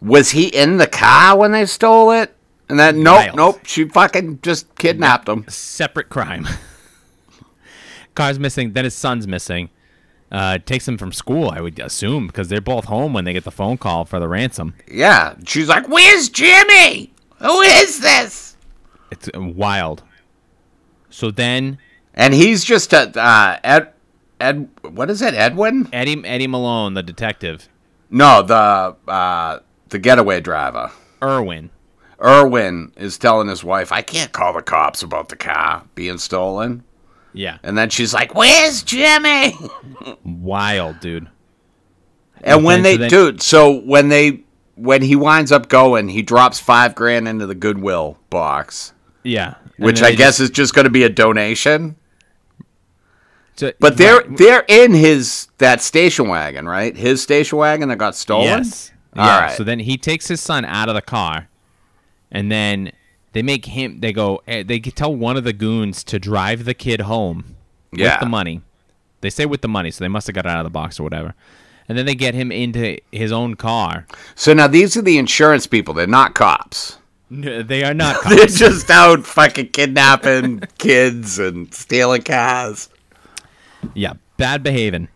A: was he in the car when they stole it? And then, nope,
B: Wild.
A: nope. She fucking just kidnapped him.
B: separate crime. Car's missing. Then his son's missing. Uh, takes him from school, I would assume, because they're both home when they get the phone call for the ransom.
A: Yeah. She's like, where's Jimmy? Who is this?
B: It's uh, wild. So then
A: And he's just a, uh, Ed, Ed, what is it, Edwin?
B: Eddie Eddie Malone, the detective,
A: No, the, uh, the getaway driver.
B: Irwin.
A: Irwin is telling his wife, I can't call the cops about the car being stolen.
B: Yeah,
A: And then she's like, where's Jimmy?
B: wild dude.
A: And when
B: Okay,
A: they,
B: so they-
A: dude, so when they, when he winds up going, he drops five grand into the Goodwill box,
B: Yeah, And
A: which
B: then
A: I
B: they
A: guess is just going to be a donation.
B: just- uh,
A: But they're
B: Right.
A: they're in his that station wagon, right? His station wagon that got stolen.
B: Yes.
A: All
B: yeah.
A: right.
B: So then he takes his son out of the car, and then they make him. They go. eh, They tell one of the goons to drive the kid home
A: Yeah.
B: with the money. They say with the money, so they must have got it out of the box or whatever. And then they get him into his own car.
A: So now these are the insurance people. They're not cops.
B: No, they are not. cops.
A: They're just out fucking kidnapping kids and stealing cars.
B: yeah, bad behaving.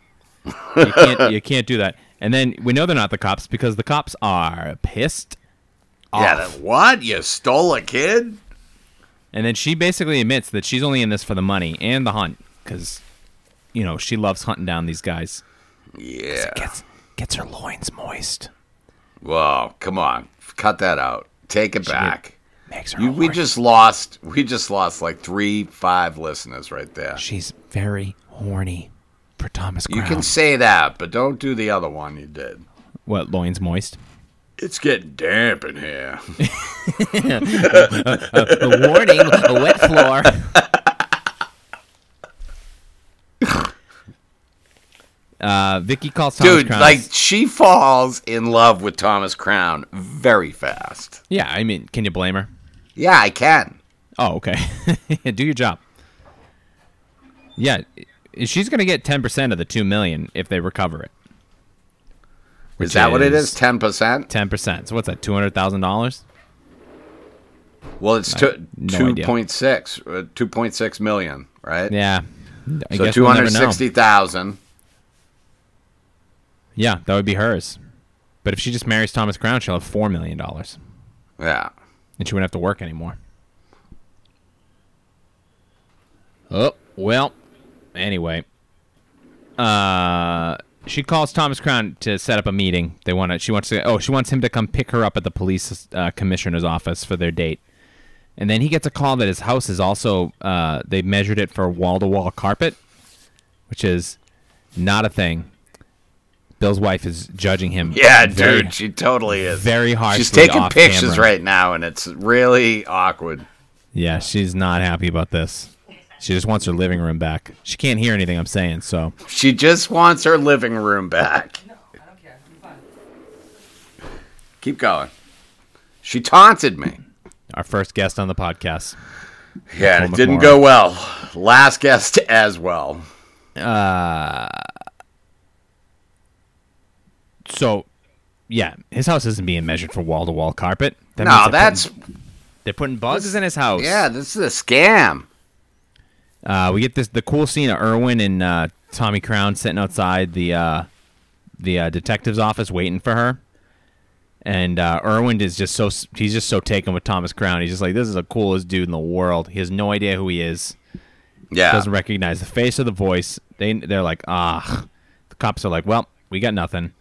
B: You can't. you can't do that. And then we know they're not the cops because the cops are pissed.
A: Yeah.
B: Off.
A: that- What? You stole a kid?
B: And then she basically admits that she's only in this for the money and the hunt because, you know, she loves hunting down these guys.
A: Yeah.
B: Gets, gets her loins moist.
A: Whoa. Come on. Cut that out. Take it back.
B: Makes her
A: You, we
B: horny.
A: just lost. We just lost like three, five listeners right there.
B: She's very horny for Thomas
A: You
B: Crown.
A: can say that, but don't do the other one you did.
B: what, loins moist?
A: It's getting damp in here.
B: The warning, a wet floor. uh, Vicky calls Thomas
A: Dude,
B: Crown.
A: like she falls in love with Thomas Crown very fast.
B: yeah, I mean, can you blame her?
A: Yeah, I can.
B: Oh, okay. Do your job. Yeah, i- she's gonna get ten percent of the two million if they recover it.
A: Is that what it is? Ten percent?
B: Ten percent. So what's that? Two hundred thousand dollars?
A: Well, it's two
B: no
A: two
B: idea.
A: point six, uh, two point six million, right?
B: Yeah. I
A: So
B: guess
A: two
B: we'll never
A: hundred
B: know.
A: sixty thousand.
B: Yeah, that would be hers. But if she just marries Thomas Crown, she'll have four million dollars,
A: Yeah.
B: and she wouldn't have to work anymore. Oh well. Anyway, uh, she calls Thomas Crown to set up a meeting. They want to. She wants to. Oh, she wants him to come pick her up at the police uh, commissioner's office for their date. And then he gets a call that his house is also. Uh, they measured it for wall to wall carpet, which is not a thing. Bill's wife is judging him.
A: Yeah,
B: very-
A: dude, she totally is.
B: very harshly
A: She's taking
B: off
A: pictures
B: camera.
A: right now, and it's really awkward.
B: Yeah, she's not happy about this. She just wants her living room back. She can't hear anything I'm saying, so
A: She just wants her living room back.
C: I don't care. I'm fine.
A: Keep going. She taunted me.
B: our first guest on the podcast.
A: Yeah,
B: Paul
A: and it didn't
B: McMorrow.
A: go well. Last guest as well.
B: So, yeah, his house isn't being measured for wall to wall carpet. That means
A: no,
B: they're
A: that's
B: putting, they're putting buzzes in his house.
A: yeah. This is a scam.
B: Uh, we get this the cool scene of Irwin and uh, Tommy Crown sitting outside the uh, the uh, detective's office waiting for her, and uh, Irwin is just so he's just so taken with Thomas Crown. He's just like, this is the coolest dude in the world. He has no idea who he is.
A: Yeah,
B: Doesn't recognize the face or the voice. They they're like, ah. The cops are like, well, we got nothing.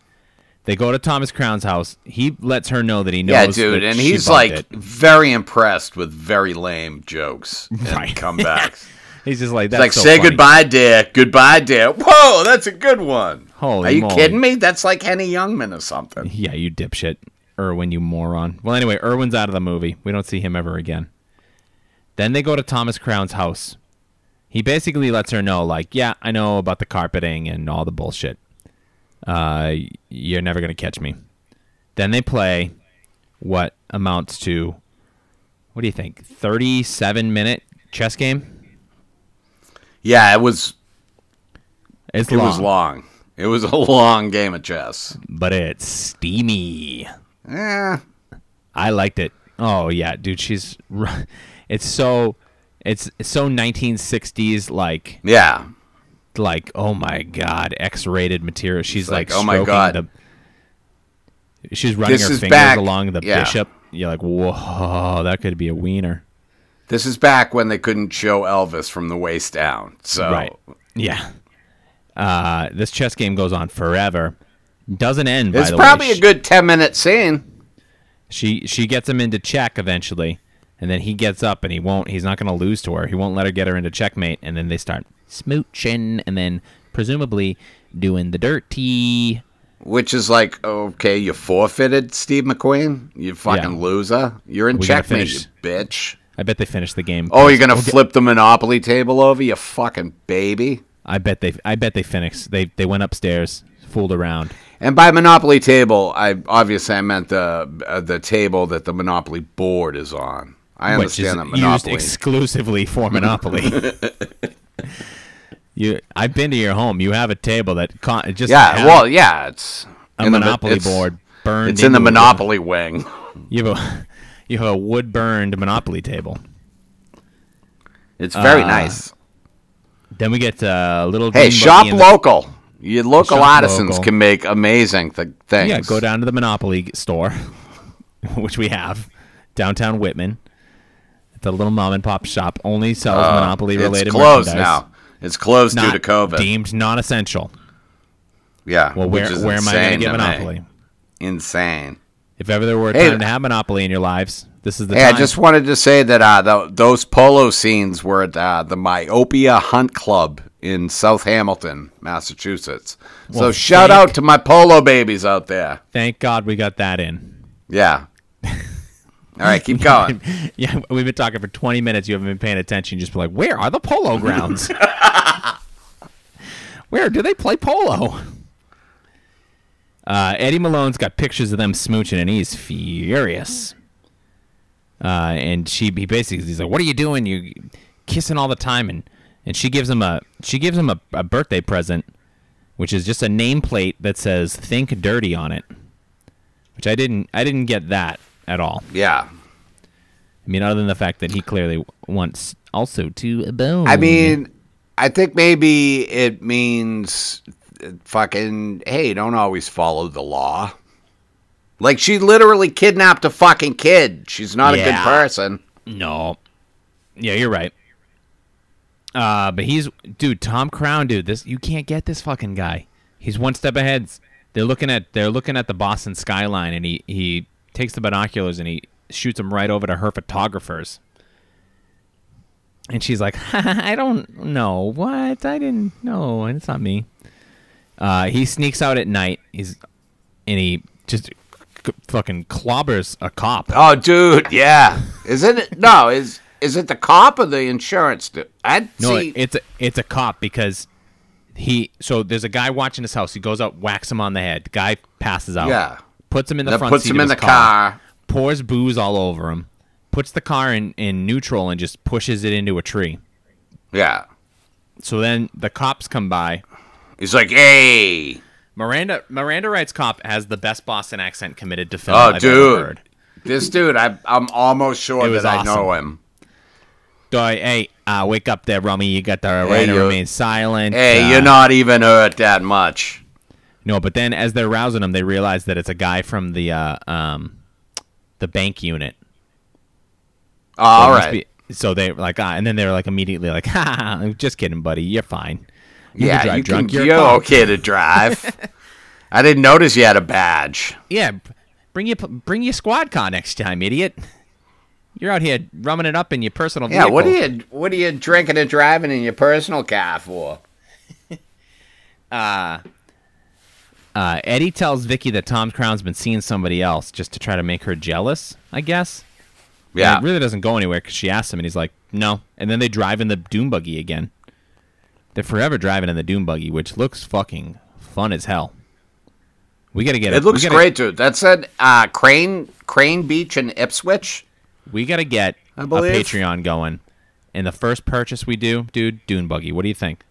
B: They go to Thomas Crown's house. He lets her know that he knows.
A: yeah, dude.
B: that
A: And
B: she
A: he's
B: bumped
A: like
B: it.
A: very impressed with very lame jokes and
B: Right.
A: comebacks.
B: he's just like,
A: It's
B: that's
A: like
B: so
A: say
B: funny."
A: goodbye, dear. Goodbye, dear. Whoa, that's a good one.
B: Holy
A: Are you
B: moly.
A: kidding me? That's like Henny Youngman or something.
B: Yeah, you dipshit. Irwin, you moron. Well, anyway, Irwin's out of the movie. We don't see him ever again. Then they go to Thomas Crown's house. He basically lets her know, like, yeah, I know about the carpeting and all the bullshit. Uh, you're never going to catch me. Then they play what amounts to, what do you think, 37 minute chess game?
A: Yeah, it was
B: It's
A: it was long. It was a long game of chess.
B: but it's steamy. Eh.
A: Yeah.
B: I liked it. Oh yeah, dude, she's r- it's so it's it's so 1960s like
A: Yeah.
B: like oh my god, X-rated material. She's
A: like,
B: like,
A: oh my
B: stroking
A: God.
B: the She's running
A: This
B: her
A: is
B: fingers
A: back.
B: along the
A: Yeah.
B: bishop. You're like, "Whoa, that could be a wiener."
A: This is back when they couldn't show Elvis from the waist down. So
B: Right. Yeah. Uh, this chess game goes on forever. Doesn't end by
A: it's
B: the
A: probably
B: way.
A: a good ten minute scene.
B: she she gets him into check eventually and then he gets up and he won't he's not going to lose to her he won't let her get her into checkmate and then they start smooching and then presumably doing the dirty
A: Which is like, okay, you forfeited Steve McQueen, you fucking
B: Yeah.
A: loser. You're in
B: We gotta
A: checkmate, you
B: finish.
A: bitch.
B: i bet they finish the game
A: Oh, you're gonna flip the Monopoly table over, you fucking baby.
B: i bet they i bet they finish they they went upstairs fooled around
A: And by Monopoly table, I obviously I meant the uh, the table that the Monopoly board is on. I
B: which is
A: understand that
B: used
A: Monopoly.
B: exclusively for monopoly you i've been to your home you have a table that con- it just
A: yeah,
B: has
A: well, yeah, it's
B: a
A: in the-
B: monopoly
A: it's-
B: board burned
A: It's in the
B: into it.
A: Monopoly wing.
B: You have a you have a wood burned Monopoly table. Uh,
A: It's very nice.
B: Then we get uh, little.
A: Hey,
B: Green Monkey
A: shop
B: and the-
A: local. Your local
B: Shop
A: artisans
B: local.
A: can make amazing th- things.
B: yeah, go down to the Monopoly store, which we have downtown Whitman. The little mom and pop shop only sells Monopoly related
A: Oh, It's closed
B: merchandise.
A: now. It's closed
B: Not
A: due to COVID.
B: deemed non essential.
A: yeah.
B: Well, where
A: which is
B: where am I going
A: insane
B: to get
A: me.
B: Monopoly?
A: Insane.
B: If ever there were a
A: Hey.
B: time to have Monopoly in your lives, this is the
A: Hey, I
B: time.
A: just wanted to say that uh, tho- those polo scenes were at uh, the Myopia Hunt Club in South Hamilton, Massachusetts. so
B: Well,
A: shout
B: thank-
A: out to my polo babies out there.
B: Thank God we got that in.
A: Yeah. All right, keep going.
B: yeah, we've been talking for 20 minutes. You haven't been paying attention. You just be like, where are the polo grounds? where do they play polo? Uh, Eddie Malone's got pictures of them smooching, and he's furious. Uh, and she, he basically, he's like, "What are you doing? You kissing all the time?" And and she gives him a she gives him a, a birthday present, which is just a nameplate that says "Think Dirty" on it. Which I didn't I didn't get that at all.
A: Yeah.
B: I mean, other than the fact that he clearly wants also to bone.
A: I mean, I think maybe it means uh, fucking, hey, don't always follow the law. Like, she literally kidnapped a fucking kid. She's not a good
B: Yeah.
A: person.
B: no. Yeah, you're right. Uh, but he's dude, Tom Crown, dude. This you can't get this fucking guy. He's one step ahead. They're looking at they're looking at the Boston skyline, and he he takes the binoculars and he shoots them right over to her photographers. And she's like, I don't know what I didn't know, and it's not me. Uh, he sneaks out at night. He's and he just c- fucking clobbers a cop.
A: Oh, dude, yeah. Is it no? Is is it the cop or the insurance? Dude? I
B: No,
A: see.
B: it's a, it's a cop because he. So there's a guy watching his house. He goes out, whacks him on the head. Guy passes out.
A: Yeah.
B: Puts him in the
A: that
B: front
A: puts
B: seat
A: him
B: of
A: in the
B: his
A: car.
B: Pours booze all over him. Puts the car in, in neutral and just pushes it into a tree.
A: Yeah,
B: So then the cops come by.
A: he's like, "Hey,
B: Miranda Miranda Wright's Cop has the best Boston accent committed to film.
A: Oh,
B: I've
A: dude,
B: ever heard.
A: this dude, I, I'm almost sure
B: It was
A: that I know him.
B: Doi, hey, uh, wake up there, Rummy. You got the right to
A: you-
B: remain silent.
A: Hey,
B: uh,
A: you're not even hurt that much.
B: No, but then as they're rousing him, they realize that it's a guy from the uh, um, the bank unit.
A: All
B: It must
A: right.
B: be- so they were like, ah, and then they were like immediately like, ha, ha, ha, just kidding, buddy. You're fine. You
A: yeah,
B: can drive
A: you
B: drunk.
A: can,
B: You're
A: you're
B: fine."
A: okay to drive. I didn't notice you had a badge.
B: Yeah, b- bring your p- bring your squad car next time, idiot. You're out here rumming it up in your personal
A: Yeah,
B: vehicle.
A: what are you what are you drinking and driving in your personal car for?
B: Uh, Eddie tells Vicky that Tom Crown's been seeing somebody else just to try to make her jealous. I guess.
A: Yeah,
B: And it really doesn't go anywhere because she asks him, and he's like, "No." And then they drive in the Doom buggy again. They're forever driving in the Doom buggy, which looks fucking fun as hell. We gotta get
A: it
B: we
A: looks
B: gotta-
A: great, dude. That's at uh, Crane Crane Beach in Ipswich.
B: We gotta get
A: I
B: a
A: believe.
B: Patreon going, and the first purchase we do, dude, Dune buggy. What do you think?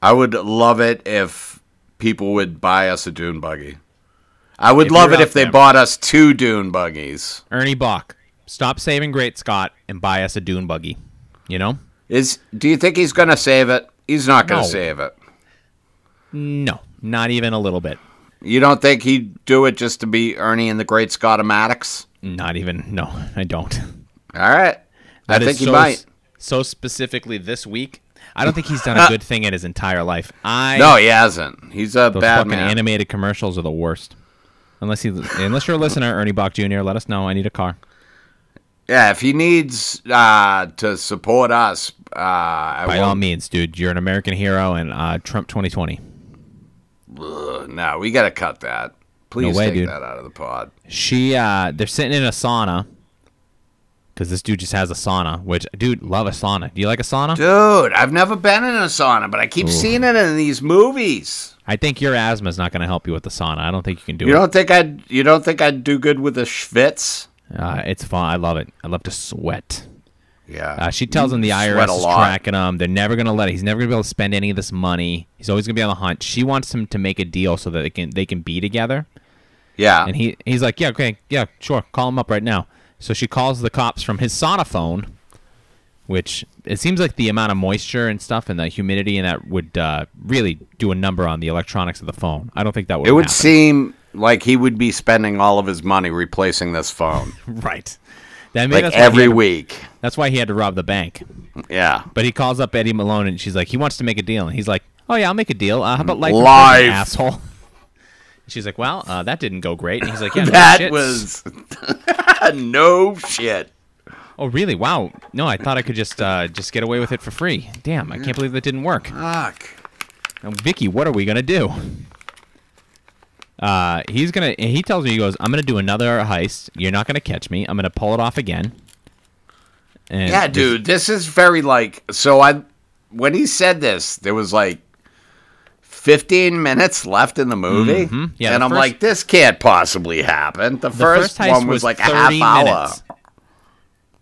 A: I would love it if people would buy us a dune buggy. I would
B: If
A: love
B: you're
A: it
B: out
A: if they
B: there.
A: bought us two dune buggies.
B: Ernie Bach, stop saving Great Scott and buy us a Dune buggy. You know?
A: Is do you think he's gonna save it? He's not gonna
B: No.
A: save it.
B: No, not even a little bit.
A: You don't think he'd do it just to be Ernie and the Great Scottomatics?
B: Not even. No, I don't.
A: All right,
B: That
A: I
B: is
A: think he
B: so,
A: might.
B: So specifically this week, I don't think he's done a good thing in his entire life. I
A: Uh, No, he hasn't. He's a
B: those
A: bad
B: fucking
A: man.
B: animated commercials are the worst. Unless he, unless you're a listener, Ernie Bach Jr., let us know. I need a car.
A: Yeah, if he needs uh, to support us, uh, I
B: By all
A: won't-
B: means, dude, you're an American hero and uh, Trump 2020.
A: Ugh, no, we gotta cut that. Please
B: way,
A: take
B: dude.
A: that out of the pod.
B: She, uh, they're sitting in a sauna because this dude just has a sauna. Which, dude, love a sauna. Do you like a sauna?
A: Dude, I've never been in a sauna, but I keep seeing it in these movies.
B: I think your asthma's not going to help you with the sauna. I don't think you can do
A: You
B: it.
A: don't think I'd you don't think I'd do good with a schwitz?
B: Uh, it's fun. I love it. I love to sweat.
A: Yeah.
B: Uh, she tells him the
A: sweat a
B: IRS is
A: lot.
B: tracking him. They're never gonna let. He's never gonna be able to spend any of this money. He's always gonna be on the hunt. She wants him to make a deal so that they can they can be together.
A: yeah.
B: And he he's like, yeah, okay, yeah, sure, call him up right now. So she calls the cops from his sauna phone, which it seems like the amount of moisture and stuff and the humidity and that would uh, really do a number on the electronics of the phone. I don't think that would.
A: it would
B: happen.
A: seem like he would be spending all of his money replacing this phone.
B: right. That made
A: like
B: us every.
A: every week.
B: that's why he had to rob the bank.
A: Yeah.
B: But he calls up Eddie Malone and she's like, he wants to make a deal. And he's like, oh, yeah, I'll make a deal. Uh, how about life? in prison,
A: Life.
B: asshole. She's like, well, uh, that didn't go great. And he's like, yeah, no
A: That
B: shit.
A: was no shit.
B: Oh, really? Wow. No, I thought I could just uh, just get away with it for free. Damn, I can't believe that didn't work.
A: Fuck.
B: Now, Vicky, what are we gonna do? Uh, he's gonna. and He tells me he goes, I'm gonna do another heist. You're not gonna catch me. I'm gonna pull it off again. And
A: Yeah,
B: this-
A: dude, this is very like so I when he said this, there was like 15 minutes left in the movie.
B: Mhm. Yeah,
A: and
B: the
A: I'm
B: first-
A: like this can't possibly happen. The,
B: The
A: first,
B: heist
A: one was, like a half hour.
B: minutes.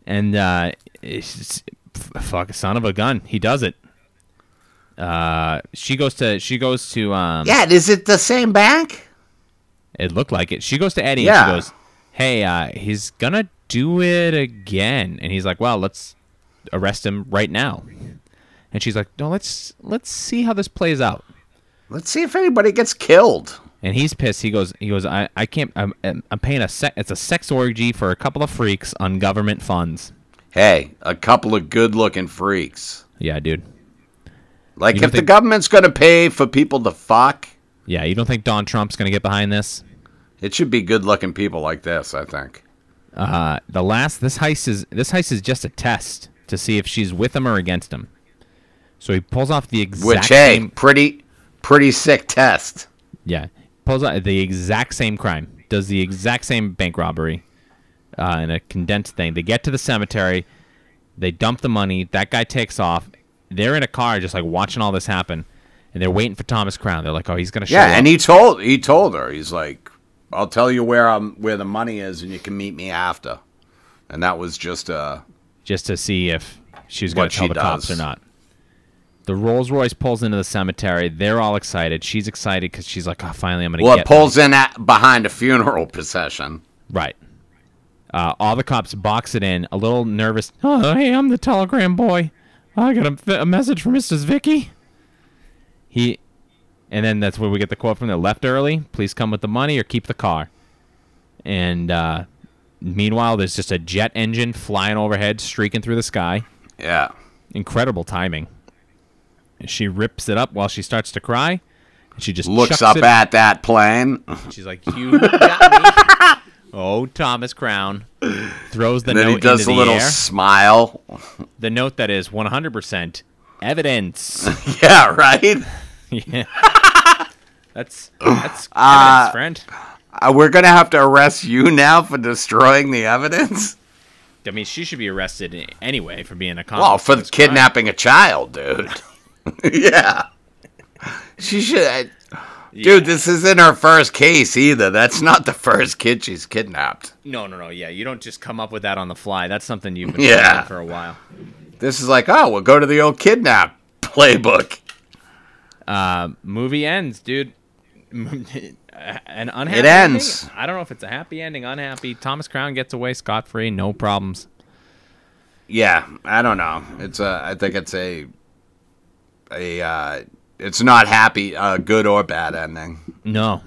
B: And uh, it's just- f- fuck, son of a gun, he does it. Uh, she goes to she goes to um.
A: Yeah, is it the same bank?
B: It looked like it. She goes to Eddie
A: Yeah.
B: and she goes, "Hey, uh, he's gonna do it again." And he's like, "Well, let's arrest him right now." And she's like, "No, let's let's see how this plays out."
A: Let's see if anybody gets killed.
B: And he's pissed. He goes, "He goes, I, I can't. I'm, I'm I'm paying a sec. It's a sex orgy for a couple of freaks on government funds."
A: Hey, a couple of good-looking freaks.
B: Yeah, dude.
A: Like
B: You
A: if
B: don't
A: the
B: think-
A: government's going to pay for people to fuck,
B: Yeah, you don't think Don Trump's gonna get behind this?
A: it should be good-looking people like this, I think.
B: Uh, the last this heist is this heist is just a test to see if she's with him or against him. So he pulls off the exact
A: Which hey,
B: same.
A: pretty pretty sick test.
B: Yeah, pulls out the exact same crime, does the exact same bank robbery, uh, in a condensed thing. They get to the cemetery, they dump the money. That guy takes off. They're in a car, just like watching all this happen, and they're waiting for Thomas Crown. They're like, "Oh, he's gonna show
A: Yeah,
B: up."
A: and he told he told her he's like, "I'll tell you where I'm where the money is, and you can meet me after." And that was just uh
B: just to see if she was going
A: What
B: to tell
A: she
B: the cops or
A: does.
B: not. The Rolls Royce pulls into the cemetery. They're all excited. She's excited because she's like, oh, finally, I'm going to
A: Well,
B: get
A: it pulls in at, behind a funeral procession.
B: Right. Uh, all the cops box it in, a little nervous. Oh, hey, I'm the telegram boy. I got a, a message from Mrs. Vicky. He, and then that's where we get the quote from the left early. Please come with the money or keep the car. And uh, meanwhile, there's just a jet engine flying overhead, streaking through the sky.
A: Yeah.
B: Incredible timing. And she rips it up while she starts to cry. And she just
A: Looks
B: chucks
A: up
B: it-
A: at that plane.
B: She's like, "You got me." Oh, Thomas Crown throws the
A: And then
B: note
A: he does
B: into
A: a
B: the
A: little
B: air.
A: smile.
B: The note that is 100% evidence.
A: Yeah, right?
B: yeah. That's that's evidence, friend.
A: Uh, we're going to have to arrest you now for destroying the evidence?
B: I mean, she should be arrested anyway for being a accomplice.
A: Well, Oh, for
B: to this crime.
A: kidnapping a child, dude. yeah. She should.
B: Yeah.
A: Dude, this isn't her first case either. That's not the first kid she's kidnapped.
B: No, no, no. Yeah, you don't just come up with that on the fly. That's something you've been
A: Yeah.
B: planning for a while.
A: This is like, oh, we'll go to the old kidnap playbook.
B: Um, Movie ends, dude. An unhappy
A: It ends.
B: ending? I don't know if it's a happy ending, unhappy. Thomas Crown gets away scot free, no problems.
A: Yeah, I don't know. It's a. I think it's a. A. Uh, it's not happy, uh, good or bad ending.
B: No.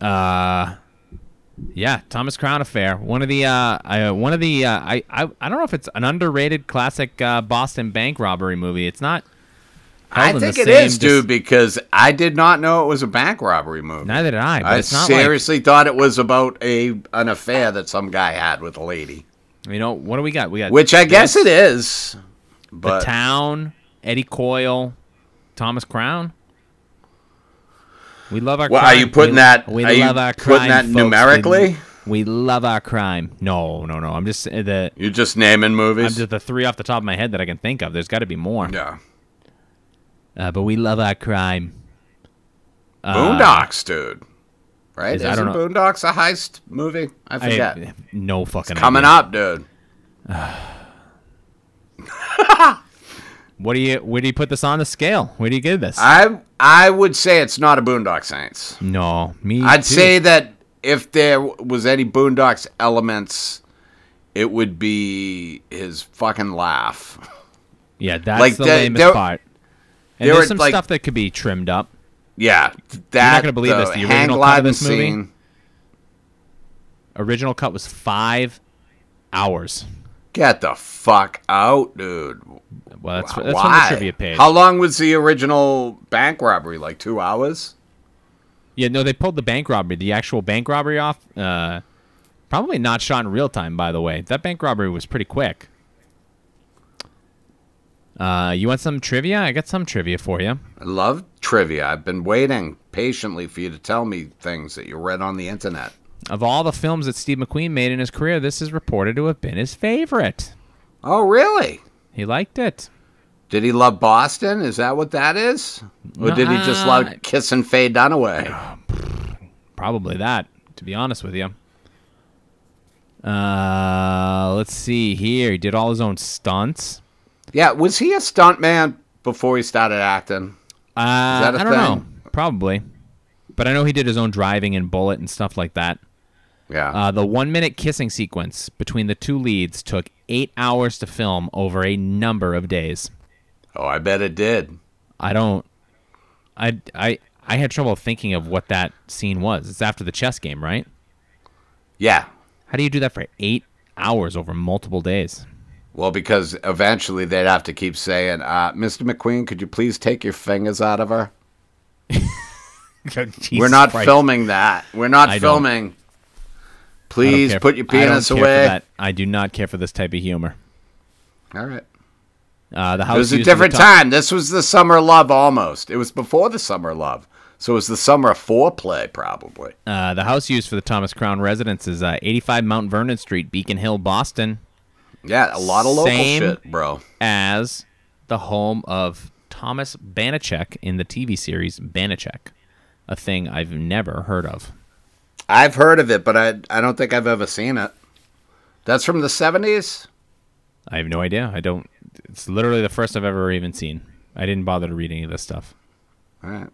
B: Uh yeah, Thomas Crown Affair. One of the uh, I, one of the uh, I, I I don't know if it's an underrated classic uh, Boston bank robbery movie. It's not. held
A: I
B: in the
A: think it
B: same
A: is,
B: dis-
A: dude, because I did not know it was a bank robbery movie.
B: Neither did I. But
A: I
B: it's not
A: seriously thought it was about a an affair that some guy had with a lady,
B: like you know what do we got? We got
A: which I guess it is.
B: the
A: But
B: town, Eddie Coyle, Thomas Crown. We love our.
A: Well, are
B: crime.
A: you putting
B: We-
A: that-
B: We
A: are you
B: love our crime.
A: putting that
B: folks.
A: numerically?
B: We, we love our crime. No, no, no. I'm just uh, the
A: you're just naming
B: I'm
A: movies.
B: just the three off the top of my head that I can think of. There's got to be more.
A: yeah,
B: Uh, but we love our crime.
A: Boondocks, dude. Right?
B: uh, is-
A: Is,
B: I
A: not
B: don't know.
A: Boondocks a heist movie? I
B: I
A: forget.
B: have no fucking
A: Coming
B: idea.
A: up, dude.
B: What do you? Where do you put this on the scale? Where do you give this?
A: I I would say it's not a Boondock Saints.
B: no, me.
A: I'd
B: too.
A: say that if there was any Boondocks elements, it would be his fucking laugh.
B: yeah, that's
A: like,
B: the
A: there-
B: lamest
A: there-
B: part. And
A: there
B: there's
A: were,
B: some
A: like-
B: stuff that could be trimmed up.
A: Yeah, that
B: gonna believe
A: the
B: this, the
A: hang
B: original cut of
A: gliding
B: this movie?
A: scene.
B: Original cut was five hours.
A: Get the fuck out, dude.
B: Well, that's
A: Why?
B: that's on the trivia page.
A: How long was the original bank robbery? Like two hours?
B: yeah, no, they pulled the bank robbery, the actual bank robbery off. Uh, probably not shot in real time, by the way. That bank robbery was pretty quick. Uh, you want some trivia? I got some trivia for you.
A: I love trivia. I've been waiting patiently for you to tell me things that you read on the internet.
B: Of all the films that Steve McQueen made in his career, this is reported to have been his favorite.
A: Oh, really?
B: He liked it.
A: Did he love Boston? Is that what that is? Or did he just
B: Nah.
A: love kissing Faye Dunaway?
B: Probably that, to be honest with you. Uh, let's see here. He did all his own stunts.
A: Yeah, was he a stuntman before he started acting?
B: Uh,
A: that a
B: I don't
A: thing?
B: know. Probably. But I know he did his own driving and bullet and stuff like that.
A: Yeah.
B: Uh, the one minute kissing sequence between the two leads took eight hours to film over a number of days.
A: oh, I bet it did.
B: I don't. I I I had trouble thinking of what that scene was. It's after the chess game, right?
A: Yeah.
B: How do you do that for eight hours over multiple days?
A: Well, because eventually they'd have to keep saying, uh, Mr. McQueen, could you please take your fingers out of her? We're not filming that. We're not
B: I don't-
A: filming.
B: I don't
A: Please
B: care-
A: put your
B: I don't
A: penis
B: care for
A: away.
B: that. I do not care for this type of humor.
A: All right.
B: Uh, the house
A: It was a
B: used in the
A: different
B: top-
A: time. This was the summer love almost. It was before the summer love. So it was the summer foreplay, probably.
B: Uh, the house used for the Thomas Crown residence is uh, 85 Mount Vernon Street, Beacon Hill, Boston,
A: Yeah, a lot of local
B: Same.
A: shit, bro.
B: as the home of Thomas Banachek in the TV series Banachek, a thing I've never heard of.
A: I've heard of it, but I I don't think I've ever seen it. That's from the seventies.
B: I have no idea. I don't. It's literally the first I've ever even seen. I didn't bother to read any of this stuff.
A: All right.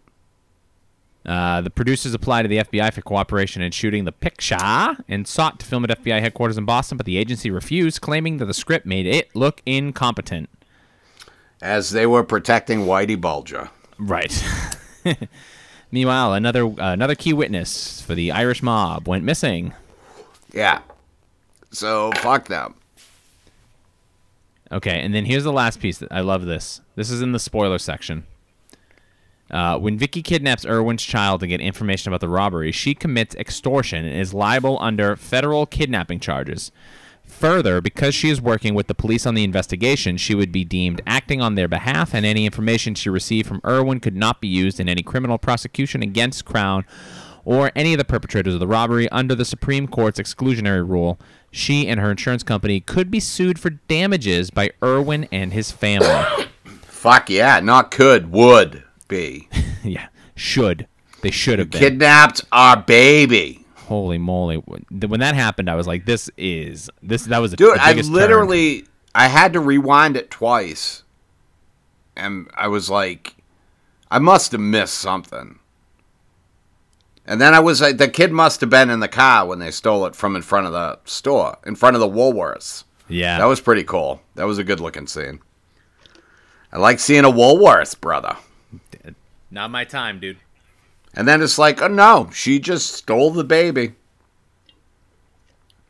B: Uh, the producers applied to the FBI for cooperation in shooting the picture and sought to film at FBI headquarters in Boston, but the agency refused, claiming that the script made it look incompetent.
A: As they were protecting Whitey Bulger.
B: Right. Meanwhile, another uh, another key witness for the Irish mob went missing.
A: Yeah. So fuck them.
B: Okay, and then here's the last piece. That, I love this. This is in the spoiler section. Uh, when Vicky kidnaps Irwin's child to get information about the robbery, she commits extortion and is liable under federal kidnapping charges. Further, because she is working with the police on the investigation, she would be deemed acting on their behalf, and any information she received from Irwin could not be used in any criminal prosecution against Crown or any of the perpetrators of the robbery under the Supreme Court's exclusionary rule. She and her insurance company could be sued for damages by Irwin and his family.
A: Fuck yeah. Not could, would be.
B: yeah, should. They should have been.
A: Kidnapped our baby.
B: Holy moly! When th- when that happened, I was like, "This is this." That was
A: Dude,
B: the
A: I
B: biggest turn.
A: literally I had to rewind it twice. And I was like I must have missed something. And then I was like the kid must have been in the car when they stole it from in front of the store, in front of the Woolworths.
B: Yeah,
A: That was pretty cool. That was a good looking scene. I like seeing a Woolworths, brother.
B: not my time, dude.
A: And then it's like, oh no, she just stole the baby.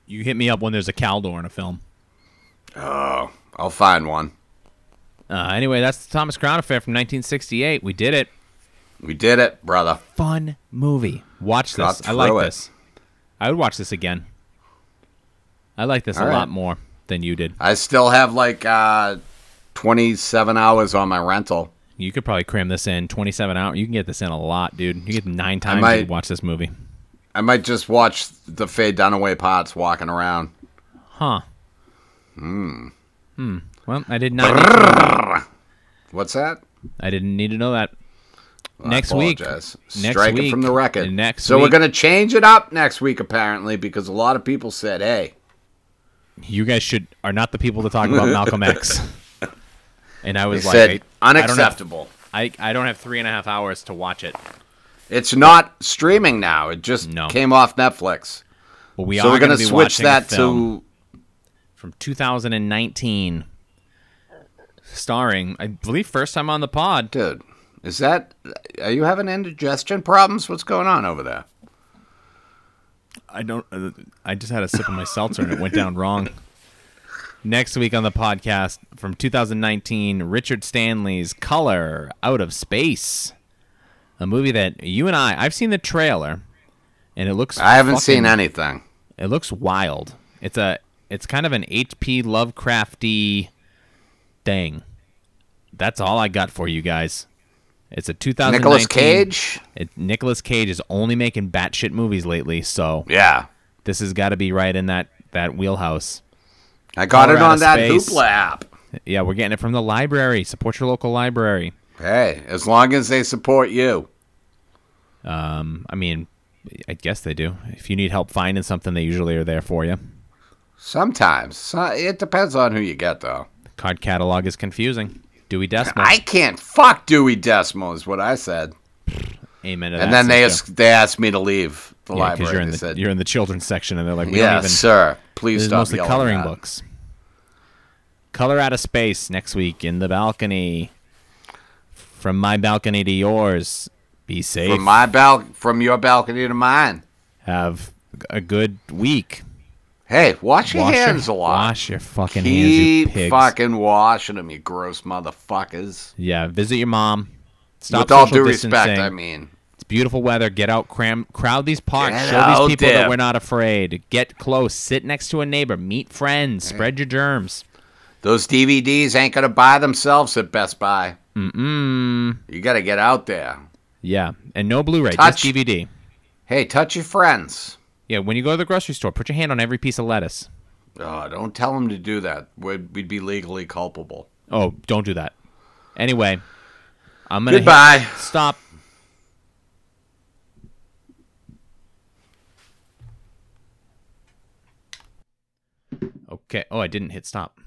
B: You hit me up when there's a Caldor in a film.
A: I'll find one.
B: Uh, anyway, that's the Thomas Crown affair from 1968. We did it.
A: We did it, brother.
B: Fun movie. Watch
A: Got
B: this. I like
A: through it.
B: this. I would watch this again. I like this
A: All
B: a
A: right.
B: lot more than you did.
A: I still have like uh, 27 hours on my rental.
B: You could probably cram this in 27 hours. You can get this in a lot, dude. You get nine times
A: might-
B: you could watch this movie.
A: I might just watch the Faye Dunaway parts walking around.
B: Huh. Hmm. Hmm. Well, I did not. Need to know that.
A: What's that?
B: I didn't need to know that. next
A: I
B: week.
A: apologize.
B: Next
A: Strike it
B: week.
A: from the record.
B: And Next
A: so
B: week,
A: we're going to change it up next week, apparently, because a lot of people said, hey,
B: you guys should are not the people to talk about Malcolm X. And I
A: they
B: was like,
A: said,
B: I-
A: unacceptable.
B: I don't, have, I I don't have three and a half hours to watch it.
A: It's not streaming now. It just
B: No.
A: came off Netflix.
B: But we
A: so
B: are
A: we're
B: going to
A: gonna switch that to
B: from 2019, starring I believe first time on the pod.
A: dude. Is that are you having indigestion problems? What's going on over there?
B: I don't. Uh, I just had a sip of my seltzer and it went down wrong. Next week on the podcast from 2019, Richard Stanley's Color Out of Space, a movie that you and I I've seen the trailer, and it looks
A: I haven't
B: fucking-
A: seen anything.
B: It looks wild. It's a it's kind of an H.P. Lovecrafty thing. That's all I got for you guys. It's a 2019.
A: Nicholas Cage?
B: It, Nicolas Cage is only making batshit movies lately, so
A: Yeah.
B: this has got to be right in that that wheelhouse.
A: I got
B: Color
A: it
B: Out
A: on
B: of
A: that
B: Space.
A: Hoopla app.
B: Yeah, we're getting it from the library. Support your local library.
A: Hey, as long as they support you.
B: Um, I mean, I guess they do. If you need help finding something, they usually are there for you.
A: Sometimes. So- It depends on who you get though.
B: Card catalog is confusing. Dewey Decimal.
A: I can't fuck Dewey Decimal is what I said.
B: Amen. To
A: And
B: that,
A: then they
B: sister.
A: asked, they asked me to leave the
B: Yeah, 'cause
A: library.
B: You're in
A: They
B: the,
A: said,
B: you're in the children's section, and they're like, we don't
A: "Yes,
B: even.
A: sir. Please
B: this is
A: stop
B: mostly
A: yelling
B: coloring
A: that."
B: books. Color out of space next week in the balcony. From my balcony to yours. Be safe.
A: From my bal- from your balcony to mine.
B: Have a good week.
A: Hey, wash your
B: Wash
A: hands
B: your,
A: a lot.
B: Wash your fucking
A: Keep
B: hands, you pigs.
A: fucking washing them, you gross motherfuckers.
B: Yeah, visit your mom. Stop
A: With all
B: social
A: due
B: distancing.
A: respect, I mean,
B: It's beautiful weather. Get out, cram, crowd these parks.
A: Get
B: Show
A: out
B: these people
A: there.
B: that we're not afraid. Get close. Sit next to a neighbor. Meet friends. Spread your germs.
A: those DVDs ain't gonna buy themselves at Best Buy. Mm-mm. You gotta get out there.
B: Yeah, and no Blu-ray,
A: Touch.
B: just DVD.
A: Hey, touch your friends.
B: Yeah, when you go to the grocery store, put your hand on every piece of lettuce.
A: Oh, don't tell them to do that. We'd, we'd be legally culpable.
B: Oh, don't do that. Anyway, I'm gonna hit-
A: Goodbye.
B: stop. Okay. Oh, I didn't hit stop.